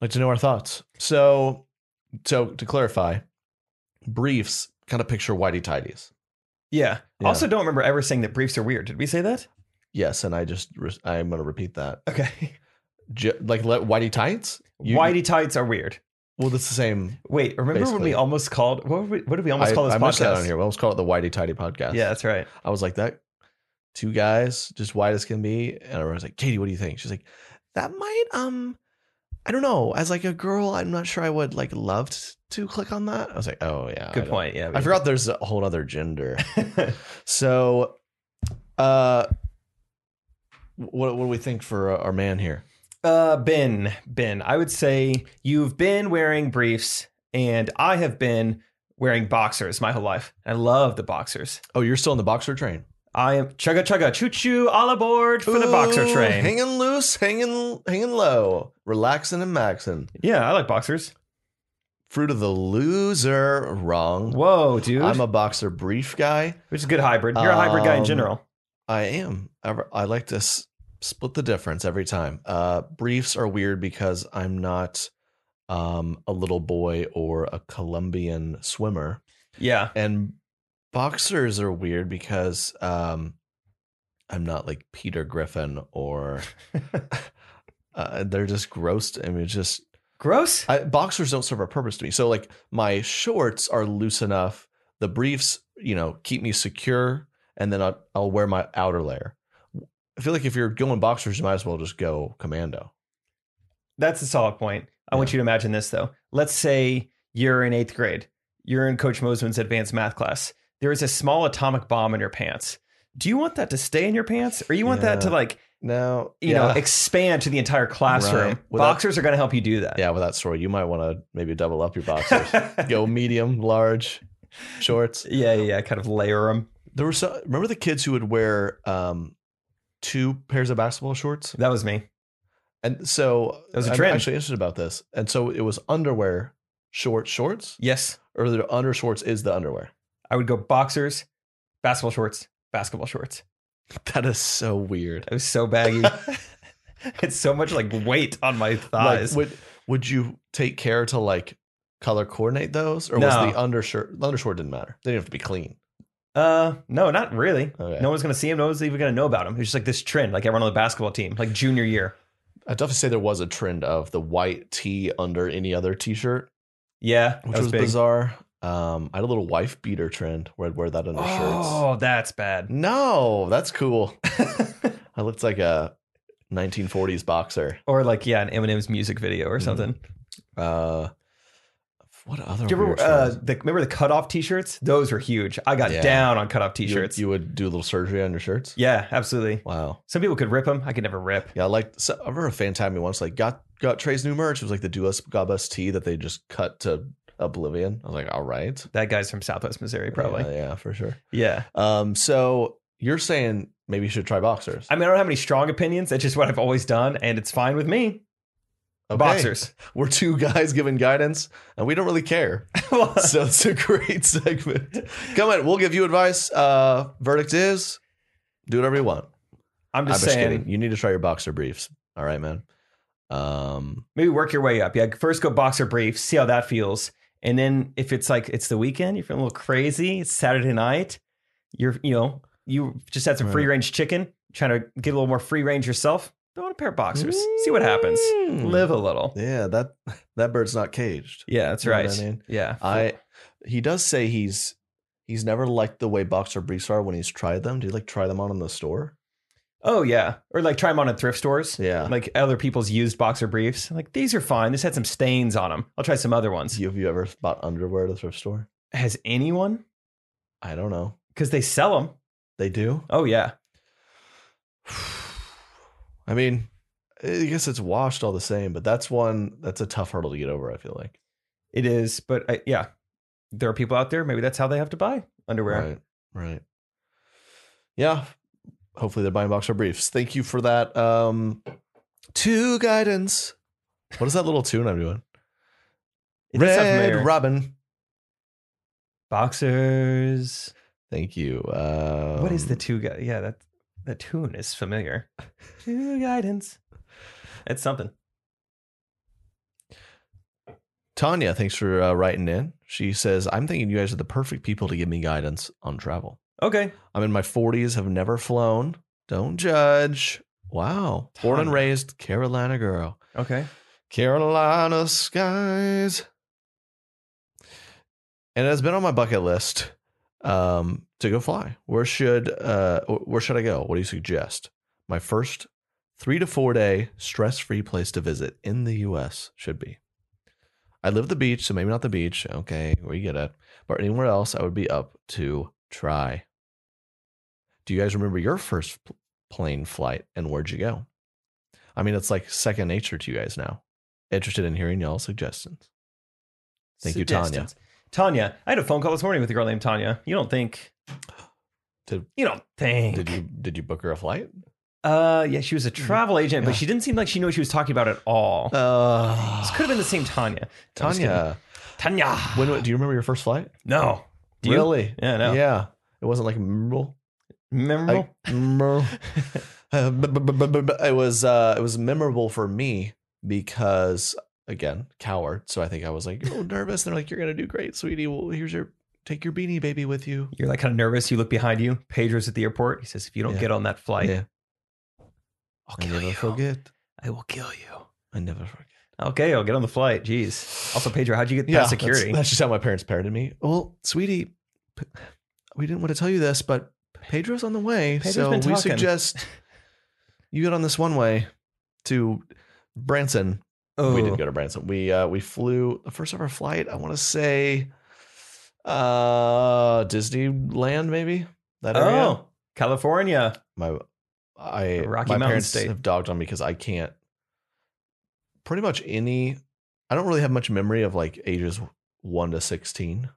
like to know our thoughts. So, so to clarify, briefs kind of picture whitey tidies.
Yeah.
Yeah.
Also, don't remember ever saying that briefs are weird. Did we say that?
Yes, and I just re- I'm going to repeat that.
Okay.
J- like le- whitey tights. You-
Whitey tights are weird.
Well, that's the same.
Wait, remember when
Basically.
we almost called what, did we, what did we almost
I,
call this
I missed that on
podcast?
here. We almost call it the whitey tidy podcast.
Yeah, that's right.
I was like that. Two guys, just white as can be, and I was like, Katie, what do you think? She's like, that might um, I don't know. As like a girl, I'm not sure I would like love t- to click on that. I was like, oh yeah, I
Good
don't-
point. Yeah,
I forgot there's a whole other gender.
forgot.
so, uh, what what do we think for uh, our man here?
uh, ben, Ben, I would say you've been wearing briefs, and I have been wearing boxers my whole life. I love the boxers.
Oh, you're still in the boxer train
I am chugga chugga choo choo all aboard for the boxer
Ooh,
train.
hanging loose, hanging hanging low, relaxing and maxing.
yeah, I like boxers.
Fruit of the loser, wrong.
Whoa, dude,
I'm a boxer brief guy.
which is a good hybrid. You're a hybrid guy in
Um,
general.
I am. I, I like to s- split the difference every time. Uh, briefs are weird because I'm not um, a little boy or a Colombian swimmer,
Yeah,
and boxers are weird because um, I'm not like Peter Griffin or. Uh, they're just gross. I mean, it's just
gross.
I, boxers don't serve a purpose to me. So like my shorts are loose enough. The briefs, you know, keep me secure, and then I'll, I'll wear my outer layer. I feel like if you're going boxers, you might as well just go commando.
That's a solid point. I want you to imagine this though. Let's say you're in eighth grade. You're in Coach Mosman's advanced math class. There is a small atomic bomb in your pants. Do you want that to stay in your pants, or you want that to
Yeah.
like
No,
you know expand to the entire classroom?
Right. Well, that-
Boxers are going to help you do that.
yeah. With that story, you might want to maybe double up your boxers. go medium, large, shorts.
yeah, yeah. Kind of layer them.
There were some. Remember the kids who would wear um, two pairs of basketball shorts.
That was me.
And so
That was a
I'm
trend.
actually interested about this. And so it was underwear, short shorts,
Yes,
or the under shorts is the underwear.
I would go boxers, basketball shorts, basketball shorts.
That is so weird.
It was so baggy. it's so much like weight on my
Like,
thighs.
would would you take care to like color coordinate those, or was
No.
the undershirt the undershirt didn't matter? They didn't have to be clean.
Uh, no, not really.
Okay.
No one's gonna see him. No one's even gonna know about him. It's just like this trend, like everyone on the basketball team, like junior year.
I'd definitely say there was a trend of the white tee under any other t-shirt,
Yeah,
which
that
was,
big.
bizarre. Um, I had a little wife beater trend where I'd wear that under shirts.
Oh, that's bad.
No, that's cool. I looked like a 1940s boxer.
Or like yeah, an Eminem's music video or
Mhm.
something.
Uh, what other?
Do you
weird
ever uh,
trends?
the, remember the cutoff T-shirts? Those were huge. I got
Yeah.
down on cutoff
You-
T-shirts.
You, would do a little surgery on your shirts.
yeah, absolutely.
Wow.
Some people could rip them. I could never rip.
Yeah, I like so, I remember a fan time me once like got got Trey's new merch. It was like the Do Us Gob Us tee that they just cut to oblivion. I was like, all right,
That guy's from Southwest Missouri, probably.
yeah, yeah, for sure.
yeah.
Um, so you're saying maybe you should try boxers.
I mean, I don't have any strong opinions. That's just what I've always done, and it's fine with me.
Okay.
Boxers.
We're two guys giving guidance, and we don't really care.
Well,
so it's a great segment. Come in, we'll give you advice. Uh, verdict is, do whatever you want.
I'm
I'm
just
just
saying,
kidding. You need to try your boxer briefs. All right, man. Um,
maybe work your way up. Yeah, first go boxer briefs, see how that feels, and then if it's like it's the weekend, you're feeling a little crazy. It's Saturday night. You're you know you just had some
Right.
free range chicken, trying to get a little more free range yourself. Throw on a pair of boxers, see what happens.
Mm.
Live a little.
Yeah, that that bird's not caged.
Yeah, that's
You know what
right.
I mean?
Yeah,
I he does say he's he's never liked the way boxer briefs are when he's tried them. Do you like try them on in the store?
oh yeah, or like try them on at thrift stores.
Yeah.
like other people's used boxer briefs. I'm like these are fine. This had some stains on them. I'll try some other ones.
You- have you ever bought underwear at a thrift store?
Has anyone?
I don't know.
Because they sell them.
They do.
Oh yeah,
I mean, I guess it's washed all the same, but that's one that's a tough hurdle to get over. I feel like.
it is. But I, yeah, there are people out there. Maybe that's how they have to buy underwear.
Right. Right. Yeah. Hopefully they're buying boxer briefs. Thank you for that. Um two guidance. What is that little tune I'm doing?
It does sound familiar.
Red Robin.
boxers.
Thank you. Um,
what is the two guy? Yeah, that the tune is familiar. two guidance. It's something.
Tanya, thanks for uh, writing in. She says, I'm thinking you guys are the perfect people to give me guidance on travel.
Okay.
I'm in my 40s, have never flown. Don't judge. Wow. Born and
Tanya.
raised Carolina girl.
Okay.
Carolina skies. And it has been on my bucket list um, to go fly. Where should uh, where should I go? What do you suggest? My first three to four day stress free place to visit in the U.S. should be. I live at the beach, so maybe not the beach. Okay, we get it. But anywhere else, I would be up to try. Do you guys remember your first pl- plane flight and where'd you go? I mean, it's like second nature to you guys now. Interested in hearing y'all's suggestions. Thank you, Tanya.
Suggestions. Tanya, I had a phone call this morning with a girl named Tanya. You don't think?
Did-
you don't think?
Did you did you book her a flight?
Uh, yeah, she was a travel agent,
Yeah.
but she didn't seem like she knew what she was talking about at all.
Uh,
this could have been the same Tanya. No, I'm just
Tanya.
kidding. Tanya.
When do you remember your first flight?
no. Do you?
really?
Yeah, no.
Yeah. It wasn't like memorable.
Memorable?
Like, memorable. Uh, bu- bu- bu- bu- bu- bu- it was uh, it was memorable for me because again, coward. So I think I was like, oh, nervous. They're like, you're gonna do great, sweetie. Well, here's your take your beanie baby with you.
You're like kind of nervous. You look behind you. Pedro's at the airport. He says, if you don't
Yeah.
get on that flight,
Yeah.
I'll
I
kill
never
you.
forget.
I will kill you.
I never forget.
Okay, I'll get on the flight. Jeez. Also, Pedro, how'd you get
that's-
past security?
That's, just how my parents parented me. Well, sweetie, p- we didn't want to tell you this, but Pedro's on the way.
Pedro's
so
been
we
talking.
suggest you get on this one way to Branson.
oh,
We didn't go to Branson. We uh, we flew the first of our flight. I want to say uh, Disneyland, maybe that area.
Oh, California.
My I
The Rocky
my
Mountain
parents
State.
have dogged on me because I can't. Pretty much any. I don't really have much memory of like ages one to sixteen.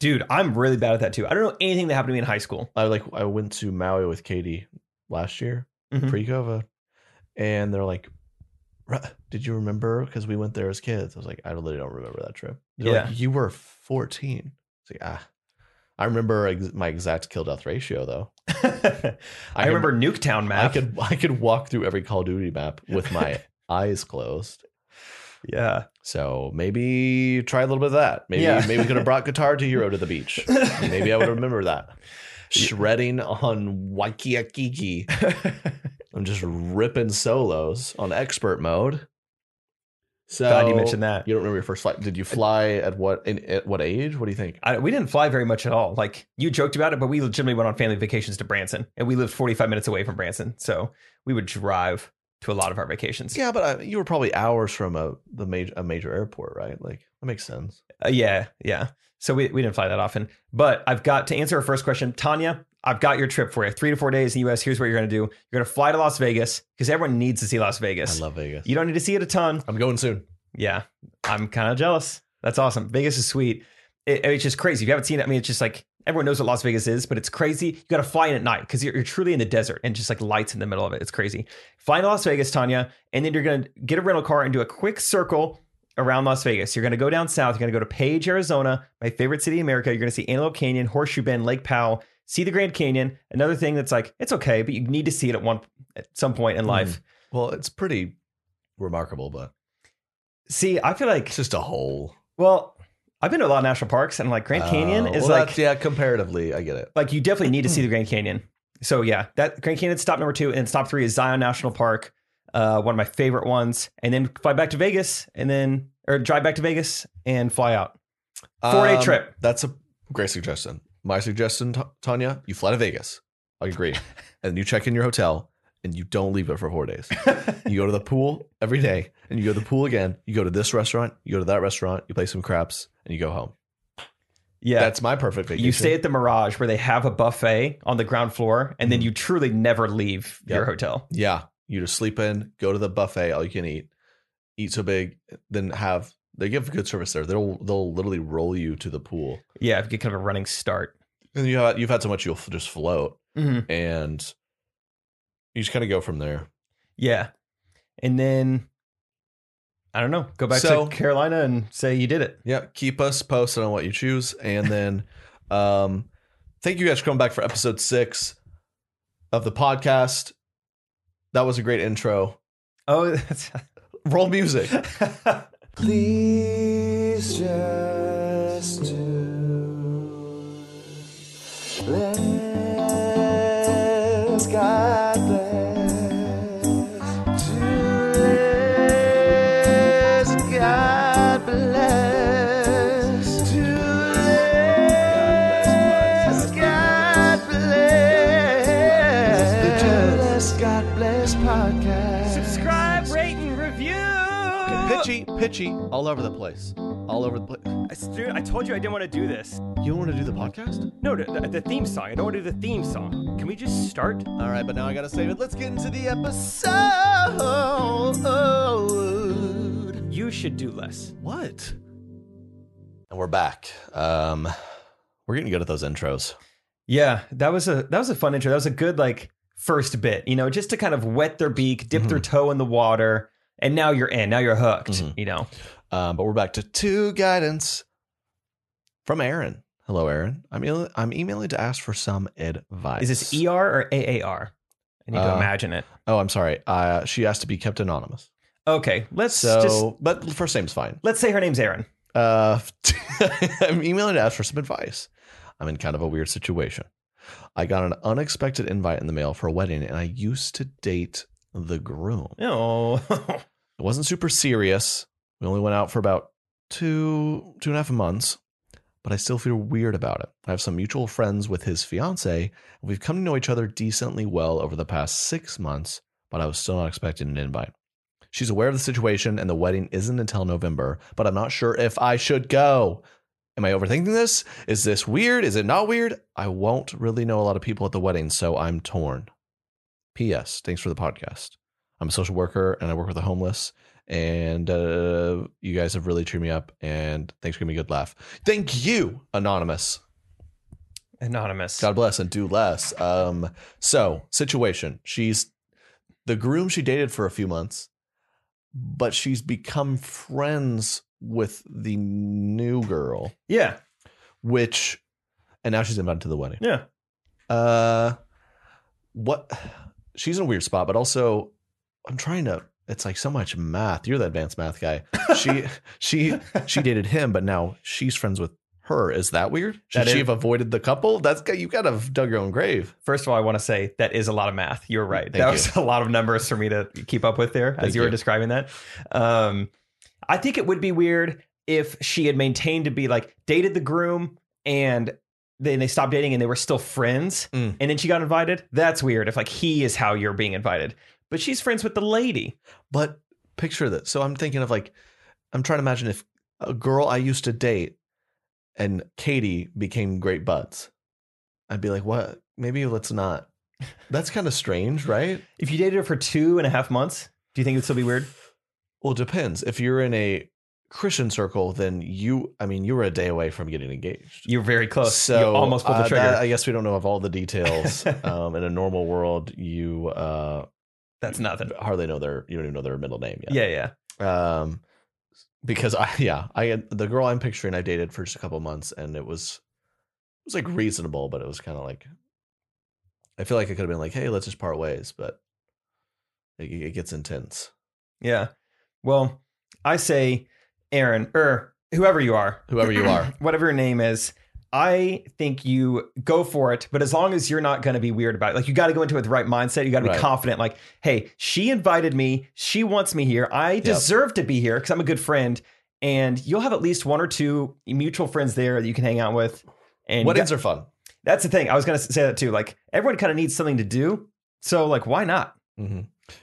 Dude, I'm really bad at that too. I don't know anything that happened to me in high school.
I like I went to Maui with Katie last year
Mhm.
pre-COVID, and they're like, "Ru- "Did you remember?" Because we went there as kids. I was like, "I literally don't remember that trip." They're like, "You were 14." It's like, ah, I remember ex- my exact kill death ratio though.
I,
can-
remember Nuketown
I
map.
could I could walk through every Call of Duty map with my eyes closed.
Yeah.
So maybe try a little bit of that. Maybe
Yeah.
maybe we could have brought Guitar to Hero to the beach. Maybe I would remember that. Shredding on Waikiki. I'm just ripping solos on expert mode. So
Glad you mentioned that.
You don't remember your first flight. Did you fly at what in, at what age? What do you think?
I, we didn't fly very much at all. Like you joked about it, but we legitimately went on family vacations to Branson, and we lived 45 minutes away from Branson, so we would drive to a lot of our vacations.
Yeah, but I, you were probably hours from a the major a major airport, right? Like that makes sense.
Uh, yeah, yeah. So we, we didn't fly that often. But I've got to answer her first question, Tanya. I've got your trip for you. Three to four days in the U.S. Here's what you're going to do. You're going to fly to Las Vegas because everyone needs to see Las Vegas.
I love Vegas.
you don't need to see it a ton.
I'm going soon.
Yeah, I'm kind of jealous. That's awesome. Vegas is sweet. It- it's just crazy. If you haven't seen it, I mean, it's just like everyone knows what Las Vegas is, but it's crazy. You got to fly in at night because you're, you're truly in the desert and just like lights in the middle of it. It's crazy. Fly to Las Vegas, Tanya, and then you're going to get a rental car and do a quick circle around Las Vegas. You're going to go down south. You're going to go to Page, Arizona, my favorite city in America. You're going to see Antelope Canyon, Horseshoe Bend, Lake Powell, see the Grand Canyon. Another thing that's like, it's okay, but you need to see it at one at some point in life.
Well, it's pretty remarkable, but
See, I feel like
it's just a hole.
Well, I've been to a lot of national parks, and like Grand Canyon
Oh,
is
well,
like
that's- Mm-hmm. yeah, comparatively, I get it.
like you definitely need to see the Grand Canyon. So yeah, that Grand Canyon stop number two, and stop three is Zion National Park, uh, one of my favorite ones. And then fly back to Vegas, and then or drive back to Vegas and fly out. Four-day trip.
Um, That's a great suggestion. My suggestion, Ta- Tanya, you fly to Vegas. I agree. and you check in your hotel and you don't leave it for four days. you go to the pool every day and you go to the pool again. You go to this restaurant, you go to that restaurant, you play some craps, and you go home.
Yeah,
That's my perfect vacation.
you stay at the Mirage where they have a buffet on the ground floor, and then you truly never leave
Mm-hmm. Yep.
your hotel.
Yeah. You just sleep in, go to the buffet, all you can eat, eat so big, then have they give good service there. They'll they'll literally roll you to the pool.
Yeah, you get kind of a running start.
And you have you've had so much you'll f- just float
Mm-hmm.
and you just kind of go from there.
Yeah, and then I don't know, go back
So-
to Carolina and say you did it.
Yeah, keep us posted on what you choose, and then um, thank you guys for coming back for episode six of the podcast. That was a great intro.
Oh, that's.
Roll music.
Please just do. Let's God bless. Do let's God bless. Do let's God bless. The Do Let's God bless podcast.
Subscribe, rate, and review.
Pitchy, pitchy, all over the place. All over the place.
Dude, I told you I didn't want to do this.
You don't want to do the podcast?
No, the, the theme song. I don't want to do the theme song. Can we just start?
All right, but now I got to save it. Let's get into the episode.
You should do less.
What? And we're back. Um, we're getting good at those intros.
Yeah, that was a that was a fun intro. That was a good like first bit, you know, just to kind of wet their beak, dip their toe in the water, and now you're in. Now you're hooked.
Mhm.
You know.
Um, but we're back to two guidance from Aaron. Hello, Aaron. I'm email- I'm emailing to ask for some advice.
Is this ER or AAR? I need to
Uh,
imagine it.
Oh, I'm sorry. Uh, she asked to be kept anonymous.
Okay, let's
So,
just
but first name's fine.
let's say her name's Aaron.
Uh, I'm emailing to ask for some advice. I'm in kind of a weird situation. I got an unexpected invite in the mail for a wedding, and I used to date the groom.
Oh.
It wasn't super serious. We only went out for about two, two and a half months, but I still feel weird about it. I have some mutual friends with his fiance, and we've come to know each other decently well over the past six months, but I was still not expecting an invite. She's aware of the situation, and the wedding isn't until November, but I'm not sure if I should go. Am I overthinking this? Is this weird? Is it not weird? I won't really know a lot of people at the wedding, so I'm torn. P.S. Thanks for the podcast. I'm a social worker and I work with the homeless. And uh, you guys have really cheered me up. And thanks for giving me a good laugh. Thank you, Anonymous.
Anonymous.
God bless and do less. Um, so situation. She's the groom she dated for a few months, but she's become friends with the new girl,
Yeah.
which, and now she's invited to the wedding.
Yeah.
Uh, what? She's in a weird spot, but also I'm trying to it's like so much math. You're the advanced math guy. She she she dated him, but now she's friends with her. Is that weird? Should
That
she
is-
have avoided the couple? That's you gotta have dug your own grave.
First of all, I want to say that is a lot of math. You're right.
Thank
that
you.
was a lot of numbers for me to keep up with there
Thank
as you were
you.
describing that. Um, I think it would be weird if she had maintained to be like dated the groom and then they stopped dating and they were still friends
Mm.
and then she got invited. That's weird if like he is how you're being invited. But she's friends with the lady.
But picture this. So I'm thinking of like, I'm trying to imagine if a girl I used to date and Katie became great buds. I'd be like, what? Maybe let's not. That's kind of strange, right?
If you dated her for two and a half months, do you think it would still be weird?
Well, it depends. If you're in a Christian circle, then you, I mean, you were a day away from getting engaged.
You're very close.
so
you almost pulled
uh,
the
that-
trigger.
I guess we don't know of all the details. um, in a normal world, you uh,
That's nothing.
hardly know their, you don't even know their middle name yet.
Yeah, yeah.
um because i yeah i had the girl i'm picturing i dated for just a couple months and it was it was like reasonable but it was kind of like i feel like it could have been like hey let's just part ways but it, it gets intense
Yeah. Well, I say, Aaron, or whoever you are,
Whoever you are.
whatever your name is, I think you go for it. But as long as you're not going to be weird about it, like you got to go into it with the right mindset. You got to be
Right.
confident. Like, hey, she invited me. She wants me here. I deserve to be here because I'm a good friend. And you'll have at least one or two mutual friends there that you can hang out with. And
weddings
you got-
are fun
that's the thing. I was going to say that too. Like everyone kind of needs something to do. So like, why not?
mm-hmm.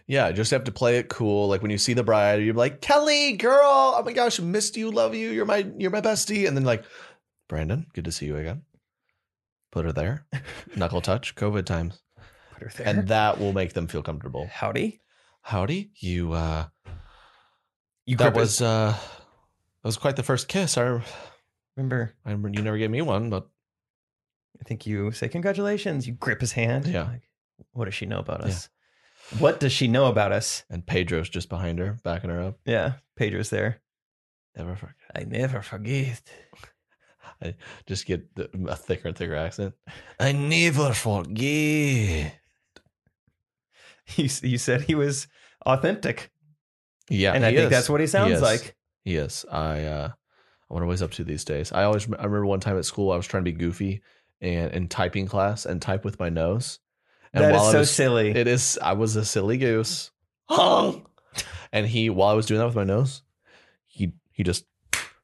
yeah just have to play it cool like when you see the bride you're like kelly girl oh my gosh missed you love you you're my you're my bestie and then like brandon good to see you again put her there knuckle touch covid times
Put her there.
and that will make them feel comfortable
howdy.
Howdy, you. uh
You
That
grip it.
was uh, that was quite the first kiss. I,
remember
I remember you never gave me one, but
I think you say congratulations. You grip his hand.
Yeah.
Like, what does she know about
Yeah.
us? What does she know about us?
and Pedro's just behind her, backing her up.
Yeah, Pedro's there.
Never forget.
I never forget.
Just get the, a thicker and thicker accent. I never forget.
You you said he was authentic,
Yeah,
and I
he
think
is.
that's what he sounds
is.
like.
He is. I uh, I wonder what he's up to these days. I always rem- I remember one time at school I was trying to be goofy and in typing class and type with my nose. And
that
while
is
I
so
was
silly.
It is. I was a silly goose.
Oh!
Honk. And he, while I was doing that with my nose, he he just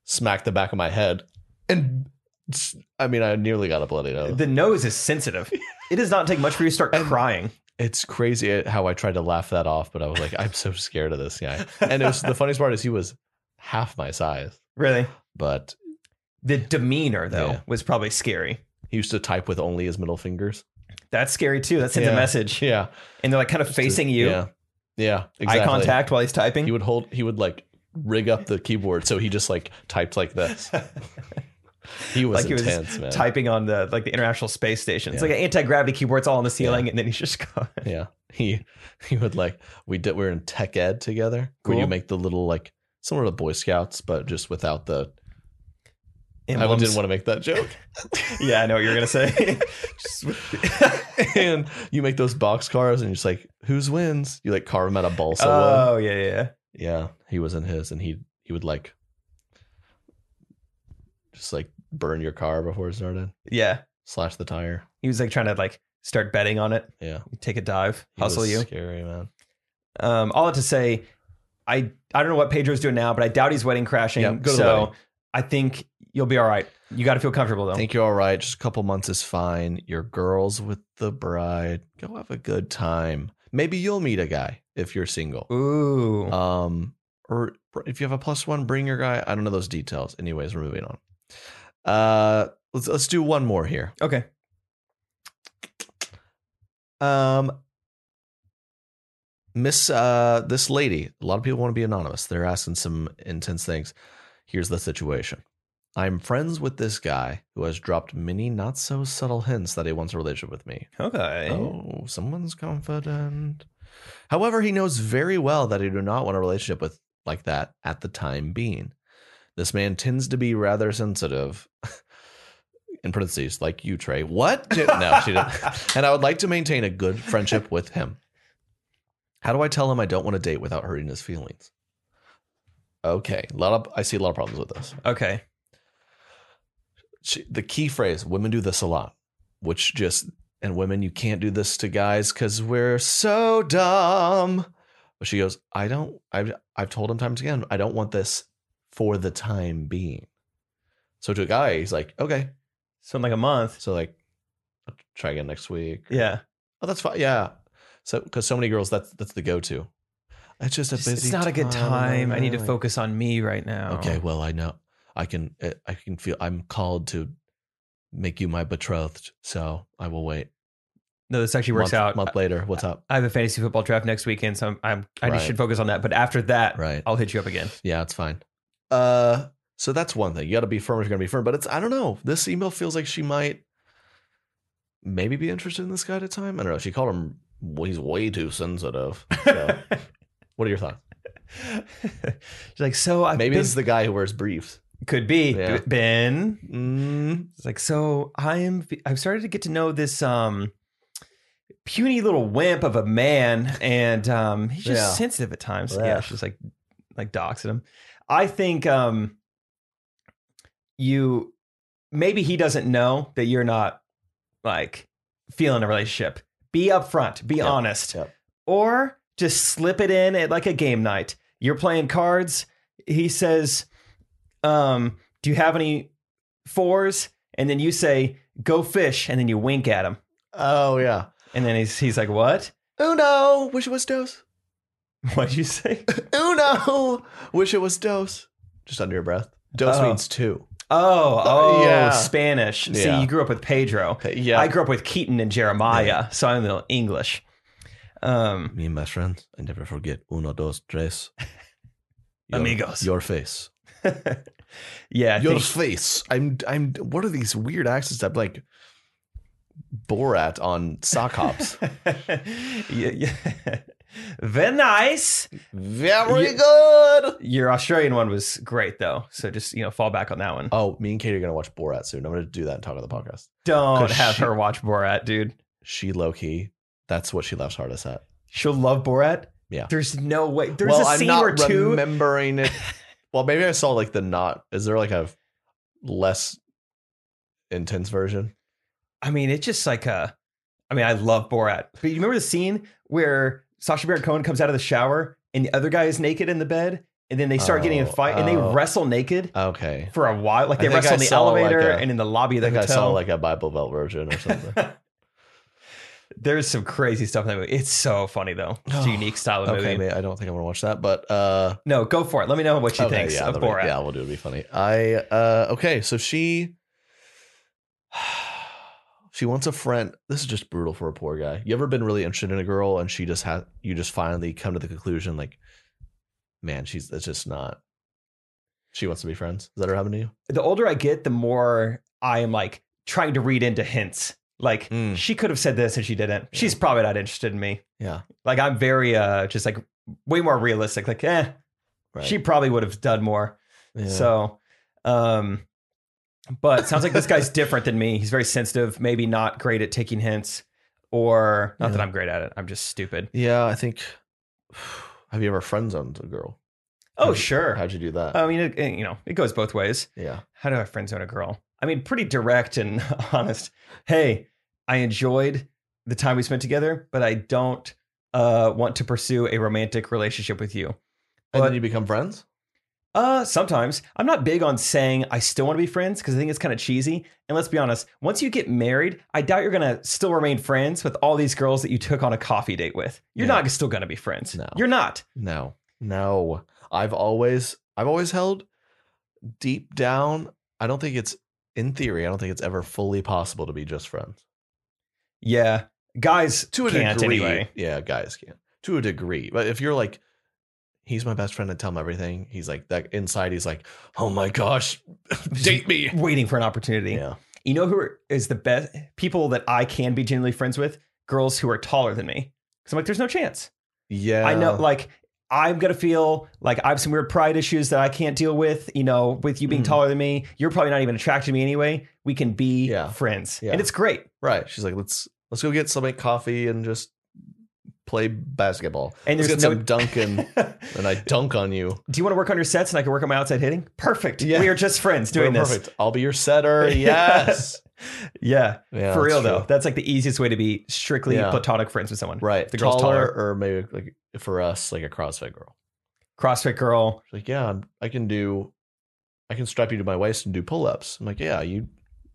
smacked the back of my head, and s- I mean, I nearly got a bloody nose.
the nose is sensitive. it does not take much for you to start crying.
It's crazy uh, how I tried to laugh that off, but I was like, I'm so scared of this guy. And it was the funniest part is he was half my size,
Really,
but
the demeanor though
Yeah.
was probably scary.
he used to type with only his middle fingers.
That's scary too. That sends
Yeah.
a message,
Yeah,
and they're like kind of
Just to-
facing you,
Yeah, yeah, exactly.
eye contact while he's typing.
He would hold. He would like rig up the keyboard so he just like typed like this. He was
Like he was
intense, man.
typing on the like the International Space Station. It's
Yeah.
like an anti gravity keyboard. It's all on the ceiling, and then he's just going.
Yeah. He he would like we did we were in tech ed together where you
Cool.
make the little like similar to Boy Scouts, but just without the I
Emblems.
didn't want to make that joke.
yeah, I know what you're gonna say. Just with-
and you make those box cars and you're just like, whose wins? You like carve them out of balsa wood.
oh yeah, yeah, yeah.
Yeah. He was in his and he he would like just like burn your car before it started.
yeah.
Slash the tire.
He was like trying to like start betting on it.
Yeah.
Take a dive,
He
hustle
was
you.
Scary man.
Um, all that to say, I I don't know what Pedro's doing now, but I doubt he's wedding crashing.
Yeah, go to the
so
wedding.
I think you'll be all right. You got to feel comfortable though.
think you're all right. Just a couple months is fine. Your girl's with the bride. Go have a good time. Maybe you'll meet a guy if you're single.
Ooh,
Um, or if you have a plus one, bring your guy. I don't know those details. Anyways, we're moving on. Uh, let's let's do one more here.
okay.
Um, Miss uh, this lady. A lot of people want to be anonymous. They're asking some intense things. Here's the situation. I'm friends with this guy who has dropped many not so subtle hints that he wants a relationship with me.
Okay.
Oh, someone's confident. However, he knows very well that I do not want a relationship with like that at the time being. This man tends to be rather sensitive. In parentheses, like you, Trey. What? No, she didn't. and I would like to maintain a good friendship with him. How do I tell him I don't want to date without hurting his feelings? Okay, a lot of I see a lot of problems with this.
Okay.
She, the key phrase: women do this a lot, which just and women you can't do this to guys because we're so dumb. But she goes, I don't. I've I've told him times again, I don't want this for the time being. So to a guy, he's like, okay.
So in like a month.
So like, I'll try again next week.
Yeah.
Oh, that's fine. Yeah. So, because so many girls, that's that's the go-to. It's just a
It's,
busy.
it's not a good time. I need to
Like,
focus on me right now.
Okay. Well, I know. I can. eh, I- I can feel. I'm called to make you my betrothed. So I will wait.
No, this actually works
month,
out. uh,
Month later. What's up?
I have a fantasy football draft next weekend, so I'm, I'm I
Right.
should focus on that. But after that,
Right.
I'll hit you up again.
Yeah, it's fine. Uh, so that's one thing. You got to be firm if you're gonna be firm. But it's I don't know. This email feels like she might maybe be interested in this guy at a time. I don't know. She called him. well, He's way too sensitive. So, what are your thoughts?
She's like, so I've
Maybe
been,
it's the guy who wears briefs.
could be
Yeah.
Ben.
Mm,
It's like, so I'm I've started to get to know this um puny little wimp of a man, and um he's just
Yeah.
sensitive at times. So,
Yeah.
yeah, she's like like doxing him. I think um you maybe he doesn't know that you're not like feeling a relationship. Be upfront, be
Yep.
honest.
Yep.
Or just slip it in at like a game night. You're playing cards. He says, um, do you have any fours? And then you say, go fish, and then you wink at him.
Oh yeah.
And then he's he's like, What?
Uno, wish it was dose.
What'd you say?
Uno, wish it was dose. Just under your breath. Dose
Oh.
means two.
Oh, oh
Uh, yeah.
Spanish.
Yeah.
See, you grew up with Pedro.
Yeah.
I grew up with Keaton and Jeremiah, so I'm a little English. Um
Me and my friends, I never forget uno, dos, tres.
Amigos.
Your face.
yeah, I
your
think-
face. I'm, I'm, what are these weird accents? I'm like Borat on sock hops.
yeah, yeah. Very nice.
Very good.
Your Australian one was great though. So just, you know, fall back on that one.
Oh, me and Katie are going to watch Borat soon. I'm going to do that and talk on the podcast.
Don't
'cause
have
she-
her watch Borat, dude.
She low key, that's what she laughs hardest at.
She'll love Borat.
Yeah.
There's no way. There's
well,
a
I'm
scene
not
or two.
remembering it. well, maybe I saw like the not. Is there like a less intense version?
I mean, it's just like a. I mean, I love Borat, but you remember the scene where Sasha Baron Cohen comes out of the shower and the other guy is naked in the bed, and then they start getting in a
Oh,
fight and they
oh.
wrestle naked
Okay,
for a while. Like
I
they
think
wrestle
I
in the
saw, like,
elevator
a-
and in the
I
lobby of the
think I
hotel.
saw like a Bible Belt version or something.
There's some crazy stuff in that movie. It's so funny though. It's a unique style of
okay,
movie.
man, I don't think I want to watch that, but uh,
No, go for it. Let me know what she
okay,
thinks
yeah,
of
that'll be-
Borat.
yeah, we'll do. It'll be funny. I uh, okay, so she. She wants a friend. This is just brutal for a poor guy. You ever been really interested in a girl and she just has you just finally come to the conclusion like, man, she's it's just not. She wants to be friends. Does that ever happen to you?
The older I get, the more I am like trying to read into hints. Like
Mm.
she could have said this and she didn't. She's probably not interested in me.
Yeah.
Like I'm very uh just like way more realistic. Like, eh,
Right.
she probably would have done more.
Yeah.
So um but it sounds like this guy's different than me. He's very sensitive, maybe not great at taking hints, or not that
Yeah.
I'm great at it. I'm just stupid.
yeah, I think. Have you ever friend zoned a girl?
Oh,
How'd you-
sure. Uh,
How'd you do that?
I mean, it, it- you know, it goes both ways.
yeah,
How do I friend zone a girl? I mean, pretty direct and honest. Hey, I enjoyed the time we spent together, but I don't uh, want to pursue a romantic relationship with you.
and
But-
then you become friends.
Uh, sometimes I'm not big on saying I still want to be friends because I think it's kind of cheesy. And let's be honest, once you get married, I doubt you're gonna still remain friends with all these girls that you took on a coffee date with. You're
Yeah.
not still gonna be friends.
No.
You're not.
No, no. I've always, I've always held deep down. I don't think it's in theory. I don't think it's ever fully possible to be just friends.
Yeah, guys
to a
can't
degree.
anyway.
Yeah, guys can to a degree. But if you're like, he's my best friend, I tell him everything. He's like that inside. He's like, oh my gosh, date me.
Waiting for an opportunity.
Yeah,
You know who are- is the best people that I can be genuinely friends with? Girls who are taller than me. Because I'm like, there's no chance.
yeah.
I know, like, I'm gonna feel like I have some weird pride issues that I can't deal with. You know, with you being
Mhm.
taller than me, you're probably not even attracted to me anyway. We can be
Yeah.
friends,
Yeah.
and it's great.
Right. She's like, let's let's go get somebody coffee and just play basketball.
And
Let's
there's
get
no-
some dunking, and I dunk on you.
Do you want to work on your sets and I can work on my outside hitting? Perfect.
Yeah.
We are just friends doing
We're
this.
Perfect. I'll be your setter. Yes.
Yeah.
Yeah,
For real
that's
though.
true.
That's like the easiest way to be strictly
Yeah.
platonic friends with someone.
Right.
The girl's taller.
or maybe like for us, like a CrossFit girl.
CrossFit girl.
She's like, yeah, I'm, I can do, I can strap you to my waist and do pull ups. I'm like, yeah, you,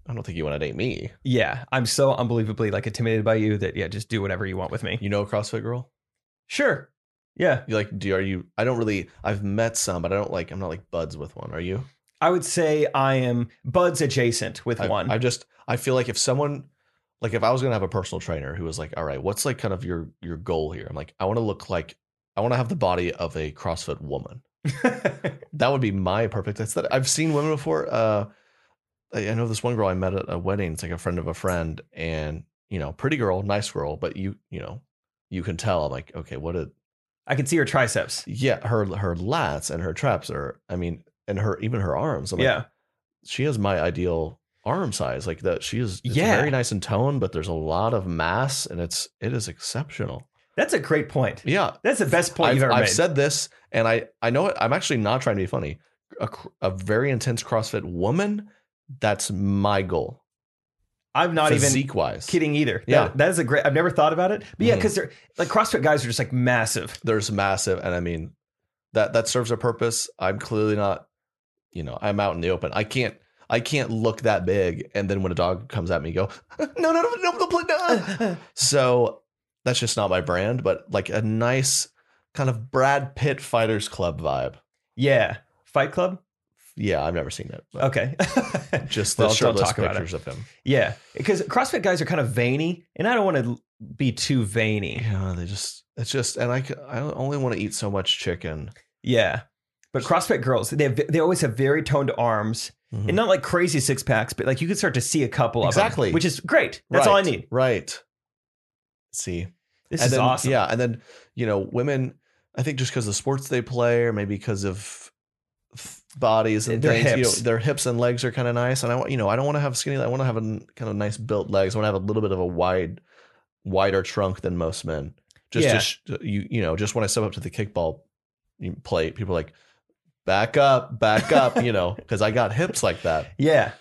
I don't think you want to date me.
Yeah. I'm so unbelievably like intimidated by you that yeah, just do whatever you want with me.
You know a CrossFit girl?
Sure. Yeah.
You like, do, are you, I don't really, I've met some, but I don't like, I'm not like buds with one. Are you?
I would say I am buds adjacent with
I,
one.
I just, I feel like if someone, like if I was going to have a personal trainer who was like, all right, what's like kind of your, your goal here? I'm like, I want to look like, I want to have the body of a CrossFit woman. that would be my perfect aesthetic. I've seen women before. Uh, I I know this one girl I met at a wedding. It's like a friend of a friend, and you know, pretty girl, nice girl, but you, you know, you can tell. I'm like, okay, what a
I can see your triceps.
yeah. Her her lats and her traps are. I mean, and her even her arms. I'm like,
yeah.
she has my ideal arm size. Like that, she is it's
Yeah.
very nice in tone, but there's a lot of mass, and it's it is exceptional.
That's a great point.
Yeah,
That's the best point
I've,
you've ever
I've
made.
said this, and I I know it. I'm actually not trying to be funny. A, cr- a very intense CrossFit woman. That's my goal.
I'm not even
physique wise.
kidding either.
Yeah.
That- that is a great. I've never thought about it, but yeah,
Mhm.
because they're like CrossFit guys are just like massive.
There's massive, and I mean that that serves a purpose. I'm clearly not. You know, I'm out in the open. I can't. I can't look that big, and then when a dog comes at me, go no, no, no, no, no, no, no. So that's just not my brand. But like a nice kind of Brad Pitt Fighters Club vibe.
Yeah, Fight Club.
Yeah, I've never seen it. but
Okay.
Just the
Well, don't
shirtless
talk about it.
pictures of him.
yeah, because CrossFit guys are kind of veiny, and I don't want to be too veiny.
Yeah, they just it's just and I c- I only want to eat so much chicken.
Yeah, but CrossFit girls they have, they always have very toned arms,
Mm-hmm.
and not like crazy six packs, but like you can start to see a couple of 'em,
Hmm. Exactly.
which is great. That's all I
Right,
need.
Right. See.
This
and
is
then,
awesome.
Yeah, and then you know, women I think just because of sports they play or maybe because of f- bodies and
Their
things, you know,
hips.
their hips and legs are kind of nice and I want you know, I don't want to have skinny I want to have a n- kind of nice built legs. I want to have a little bit of a wide wider trunk than most men. Just
Yeah.
to sh- you you know, just when I step up to the kickball plate, people are like back up, back up, you know, cuz I got hips like that.
Yeah.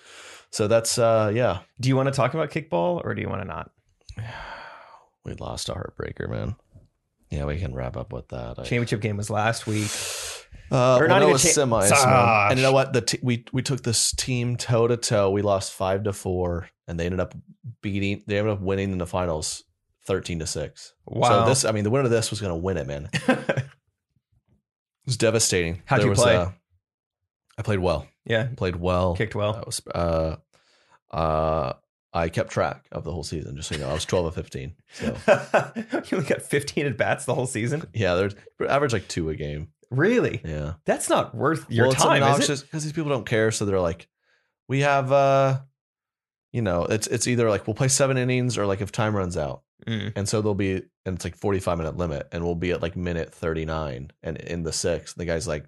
So that's uh yeah.
Do you want to talk about kickball or do you want to not?
We lost a heartbreaker, man. Yeah, we can wrap up with that. I-
Championship game was last week.
Uh,
Or
well,
not
no,
even
it was
cha- ah,
semis,
Gosh.
man. And you know what? The t- we we took this team toe to toe. We lost five to four, and they ended up beating. They ended up winning in the finals, thirteen to six.
Wow.
So this, I mean, the winner of this was going to win it, man. it was devastating.
How'd
There
you
was,
play?
uh, I played well.
Yeah,
Played well.
kicked well.
I was. Uh, uh, I kept track of the whole season. Just so you know, I was twelve of fifteen. So Oh.
you only got 15 at bats the whole season.
yeah, there's average like two a game.
Really?
Yeah.
That's not worth your time, is it?
because these people don't care. So they're like, we have, uh, you know, it's it's either like we'll play seven innings or like if time runs out,
Mm.
and so they'll be and it's like forty five minute limit, and we'll be at like minute thirty nine, and in the sixth, the guy's like,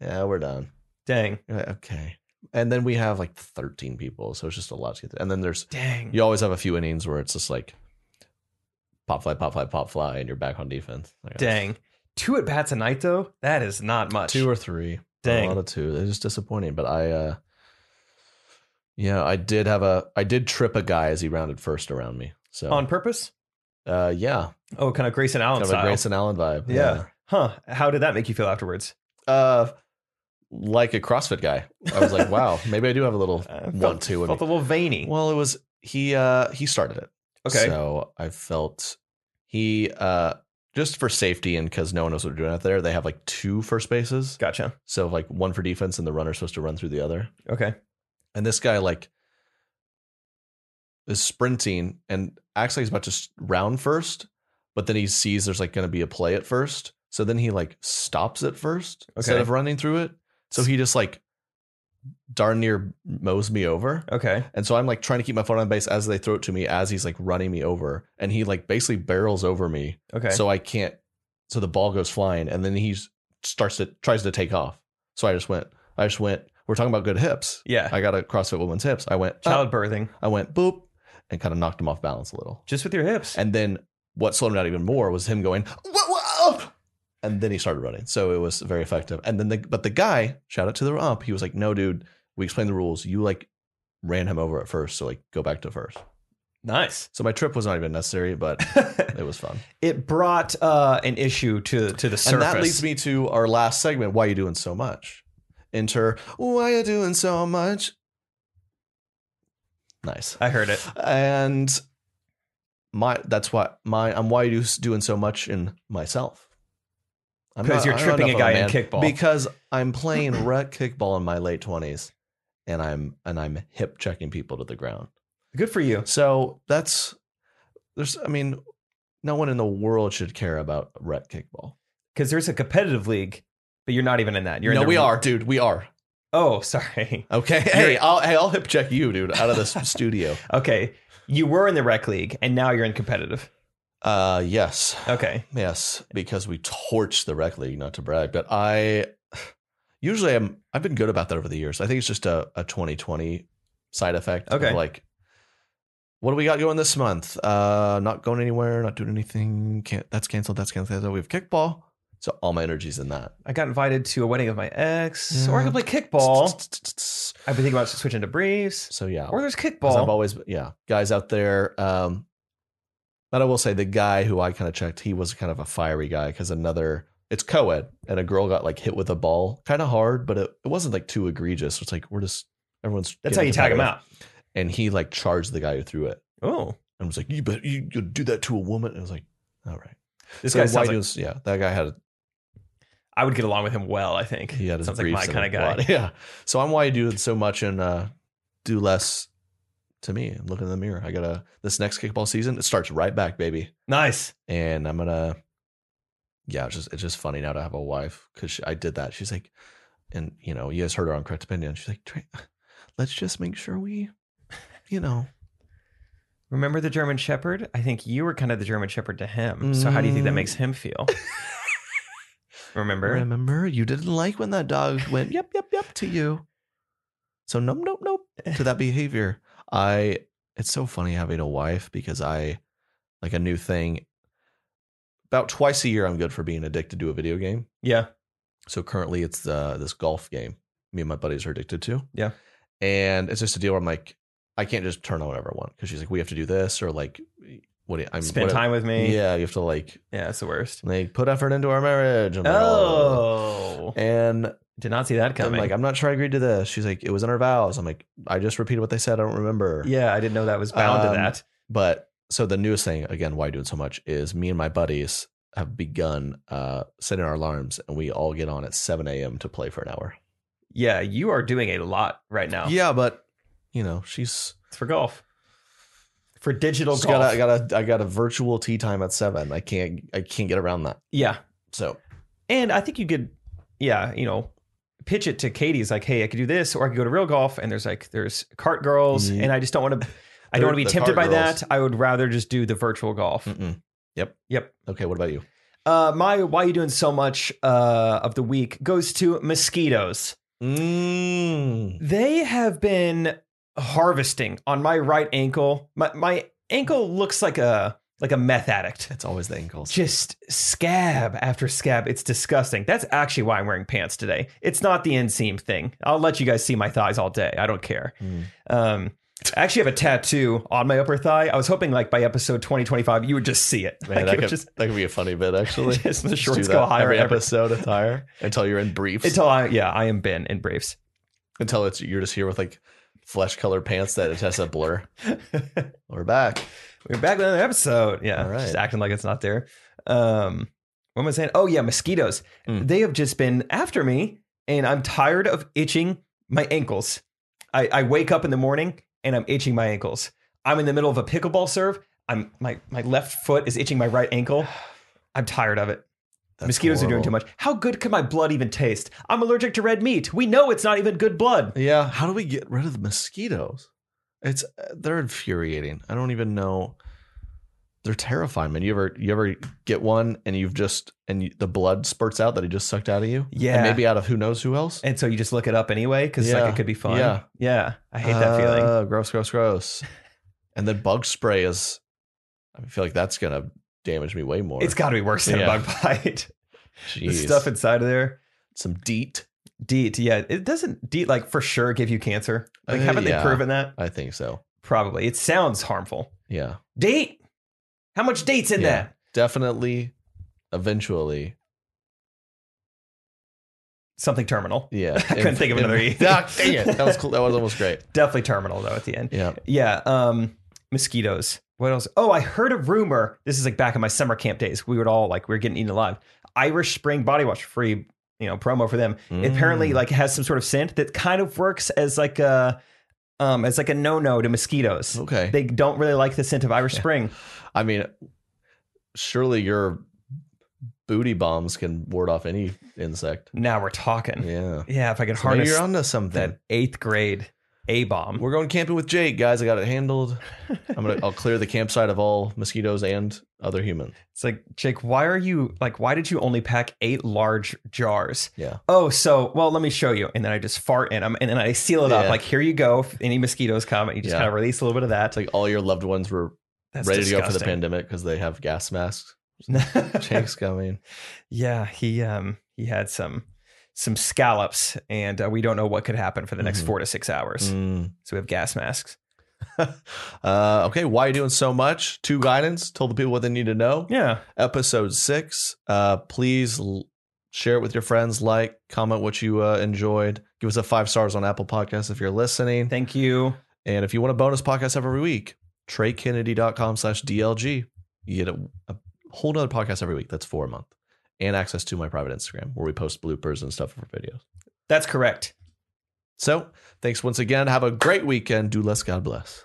yeah, we're done.
Dang,
You're like, okay, and then we have like thirteen people, so it's just a lot to get. Through. And then there's
dang.
you always have a few innings where it's just like pop fly, pop fly, pop fly, and you're back on defense. Like,
Dang. Two at bats a night, though? That is not much.
two or three.
Dang.
a lot of two. They're just disappointing. But I, uh yeah, I did have a, I did trip a guy as he rounded first around me. So,
On purpose?
uh, yeah,
Oh, kind of Grayson
kind
Allen
of a
style.
Grayson Allen vibe.
Yeah. Huh. How did that make you feel afterwards?
yeah. Uh, like a CrossFit guy, I was like, wow, maybe I do have a little
Uh,
want to. in
Felt a
me.
little veiny.
Well, it was he. uh He started it.
okay.
So I felt he uh just for safety and because no one knows what they're doing out there. They have like two first bases,
gotcha.
so like one for defense and the runner's supposed to run through the other.
Okay.
and this guy like is sprinting and acts like he's about to s- round first, but then he sees there's like going to be a play at first, so then he like stops at first instead
Okay.
of running through it. So he just like darn near mows me over.
Okay.
And so I'm like trying to keep my phone on base as they throw it to me as he's like running me over, and he like basically barrels over me,
Okay.
so I can't. So the ball goes flying, and then he starts to tries to take off. So I just went. I just went. We're talking about good hips.
yeah.
I got a CrossFit woman's hips.
Oh.
I went, up,
Childbirthing.
I went boop, and kind of knocked him off balance a little.
Just with your hips.
And then what slowed him down even more was him going, "Whoa, whoa," and then he started running. So it was very effective. And then, the, but the guy, shout out to the ump, he was like, "No, dude, we explained the rules. You like ran him over at first, so like go back to first.
Nice.
So my trip was not even necessary, but it was fun.
it brought uh, an issue to to the surface.
And that leads me to our last segment. Why you doing so much? Enter. Why you doing so much? Nice.
I heard it.
And my that's why my I'm why you doing so much in myself. I'm
'Cause
not-
you're
I'm
tripping
enough
a
of
guy in
man.
kickball.
because I'm playing rec kickball in my late twenties, and I'm and I'm hip checking people to the ground.
Good for you.
So that's there's I mean, no one in the world should care about rec kickball.
Because there's a competitive league, but you're not even in that. You're in
no,
the
we are, dude. We are.
Oh, sorry.
Okay. Hey, I'll hey, I'll hip check you, dude, out of this studio.
Okay, you were in the rec league, and now you're in competitive.
Uh yes.
Okay,
Yes. Because we torched the rec league, not to brag, but I usually I'm I've been good about that over the years. I think it's just a, a 2020 side effect. of,
Okay.
like what do we got going this month? Uh not going anywhere, not doing anything. Can't that's canceled, that's canceled. We have kickball. So all my energy's in that.
I got invited to a wedding of my ex, or I
Yeah.
could play kickball. I've been thinking about switching to briefs,
So yeah.
or there's
'Cause Oh, I've
kickball.
always, yeah, guys out there. Um, but I will say the guy who I kind of checked, he was kind of a fiery guy because another, it's co ed, and a girl got like hit with a ball kind of hard, but it, it wasn't like too egregious. It's like, we're just, everyone's.
That's how
getting
you tag them
competitive.
out.
And he like charged the guy who threw it
Oh,
and was like, you bet you, you do that to a woman. And I was like, all right.
this
So
guy
why
sounds
do
like
you- yeah, that guy had
I would get along with him well. I think
he had his
sounds like my
briefs and
kind of guy.
what- Yeah. So I'm why you do so much and uh, do less to me. I'm looking in the mirror. I gotta this next kickball season. It starts right back, baby.
Nice.
and I'm gonna. Yeah, it's just it's just funny now to have a wife because I did that. She's like, and you know, you guys heard her on Correct Opinion. She's like, "Tra- let's just make sure we, you know,
Remember the German Shepherd? I think you were kind of the German Shepherd to him. So how do you think that
Mm.
makes him feel? Remember?
remember you didn't like when that dog went yep yep yep to you, so nope nope nope to that behavior. I it's so funny having a wife because I like a new thing. About twice a year, I'm good for being addicted to a video game.
Yeah.
So currently, it's uh, this golf game me and my buddies are addicted to.
Yeah.
and it's just a deal where I'm like, I can't just turn on whatever I want because she's like, we have to do this or like, what do you, I'm
Spend
what-
time with me.
Yeah, you have to like
Yeah, it's the worst.
like put effort into our marriage. I'm like,
Oh.
and
Did not see that
I'm
coming.
like, I'm not sure I agreed to this. She's like, it was in our vows. I'm like, I just repeated what they said. I don't remember.
yeah, I didn't know that was bound
Um,
to that.
But so the newest thing, again, why I do it so much is me and my buddies have begun uh, setting our alarms and we all get on at 7 a.m. to play for an hour.
Yeah, you are doing a lot right now.
Yeah, but you know, she's
It's for golf. For digital
she's
golf.
got a, I got a I got a virtual tea time at seven. I can't I can't get around that.
yeah.
So
And I think you could, yeah, you know, pitch it to Katie's like, hey, I could do this, or I could go to real golf. And there's like, there's cart girls,
Yeah.
and I just don't want to, I don't want to be
Mm-hmm. The
tempted by
cart girls. Mm.
that. I would rather just do the virtual golf.
mm-mm.
Yep.
okay, what about you?
Uh, my why you doing so much uh, of the week goes to mosquitoes.
Mm.
They have been harvesting on my right ankle. My my ankle looks like a like a meth addict.
It's always the ankles.
Just scab after scab. It's disgusting. That's actually why I'm wearing pants today. It's not the inseam thing. I'll let you guys see my thighs all day. I don't care.
Mm.
Um, I actually have a tattoo on my upper thigh. I was hoping like by episode 2025 you would just see it.
Man,
Like,
that,
it would
could,
just-
that could be a funny bit actually.
Just the
Just
shorts
do
go
that
higher
every
every-
episode. It's higher until you're in briefs. Until,
until I yeah, I am Ben in briefs.
it's you're just here with like flesh colored pants that it has a blur. We're back.
We're back with another episode. Yeah,
All right.
just acting like it's not there. Um, what am I saying? Oh yeah, mosquitoes.
Mm.
They have just been after me, and I'm tired of itching my ankles. I, I wake up in the morning and I'm itching my ankles. I'm in the middle of a pickleball serve. I'm my my left foot is itching my right ankle. I'm tired of it.
That's
mosquitoes are doing too
horrible.
much. How good can my blood even taste? I'm allergic to red meat. We know it's not even good blood.
Yeah, how do we get rid of the mosquitoes? It's they're infuriating. I don't even know. They're terrifying, man. You ever you ever get one and you've just and you, the blood spurts out that he just sucked out of you?
Yeah.
and maybe out of who knows who else.
And so you just look it up anyway because like
Yeah.
it could be fun.
Yeah.
yeah. I hate that feeling.
Uh, Gross, gross, gross. and then bug spray is. I feel like that's gonna damaged me way more.
It's got to be worse than
Yeah.
a bug bite. the
Jeez.
stuff inside of there.
some DEET.
DEET, yeah, it doesn't DEET like for sure give you cancer. Like,
Uh,
haven't
yeah.
they proven that?
I think so.
Probably. It sounds harmful.
Yeah,
Date. How much date's in
Yeah.
that?
definitely. Eventually,
Something terminal.
yeah.
I couldn't think of another E.
Ah, dang it! That was cool. That was almost great.
Definitely terminal though at the end.
Yeah.
Yeah. Um, mosquitoes. What else? Oh, I heard a rumor. This is like back in my summer camp days. We would all like we were getting eaten alive. Irish Spring Body Wash free, you know, promo for them. It apparently
Mm.
like has some sort of scent that kind of works as like a um as like a no-no to mosquitoes.
Mm, okay.
They don't really like the scent of Irish Spring.
I mean, surely your booty bombs can ward off any insect.
Now we're talking. Yeah,
Yeah.
if I could
So maybe
harness
you're onto something.
that eighth grade A bomb.
We're going camping with Jake, guys. I got it handled. I'm gonna. I'll clear the campsite of all mosquitoes and other humans.
It's like, Jake, why are you like, why did you only pack eight large jars?
Yeah.
Oh, so, well, let me show you. And then I just fart in them and then I seal it up.
Yeah.
Like, here you go. If any mosquitoes come, and you just
Yeah.
kind of release a little bit of that.
It's like all your loved ones were
That's
ready to go for the
disgusting.
pandemic because they have gas masks.
Jake's-
Jake's coming.
yeah. He, um, he had some, some scallops and uh, we don't know what could happen for the next
Mhm.
four to six hours.
Mm.
So we have gas masks.
Uh, okay, why are you doing so much? Two guidance. Told the people what they need to know.
Yeah.
Episode six. Uh, please l- share it with your friends. Like, comment what you uh, enjoyed. Give us a five stars on Apple Podcasts if you're listening.
Thank you.
And if you want a bonus podcast every week, TreyKennedy.com slash DLG. You get a, a whole nother podcast every week. That's four a month. And access to my private Instagram where we post bloopers and stuff for videos.
That's correct.
So thanks once again. Have a great weekend. Do less. God bless.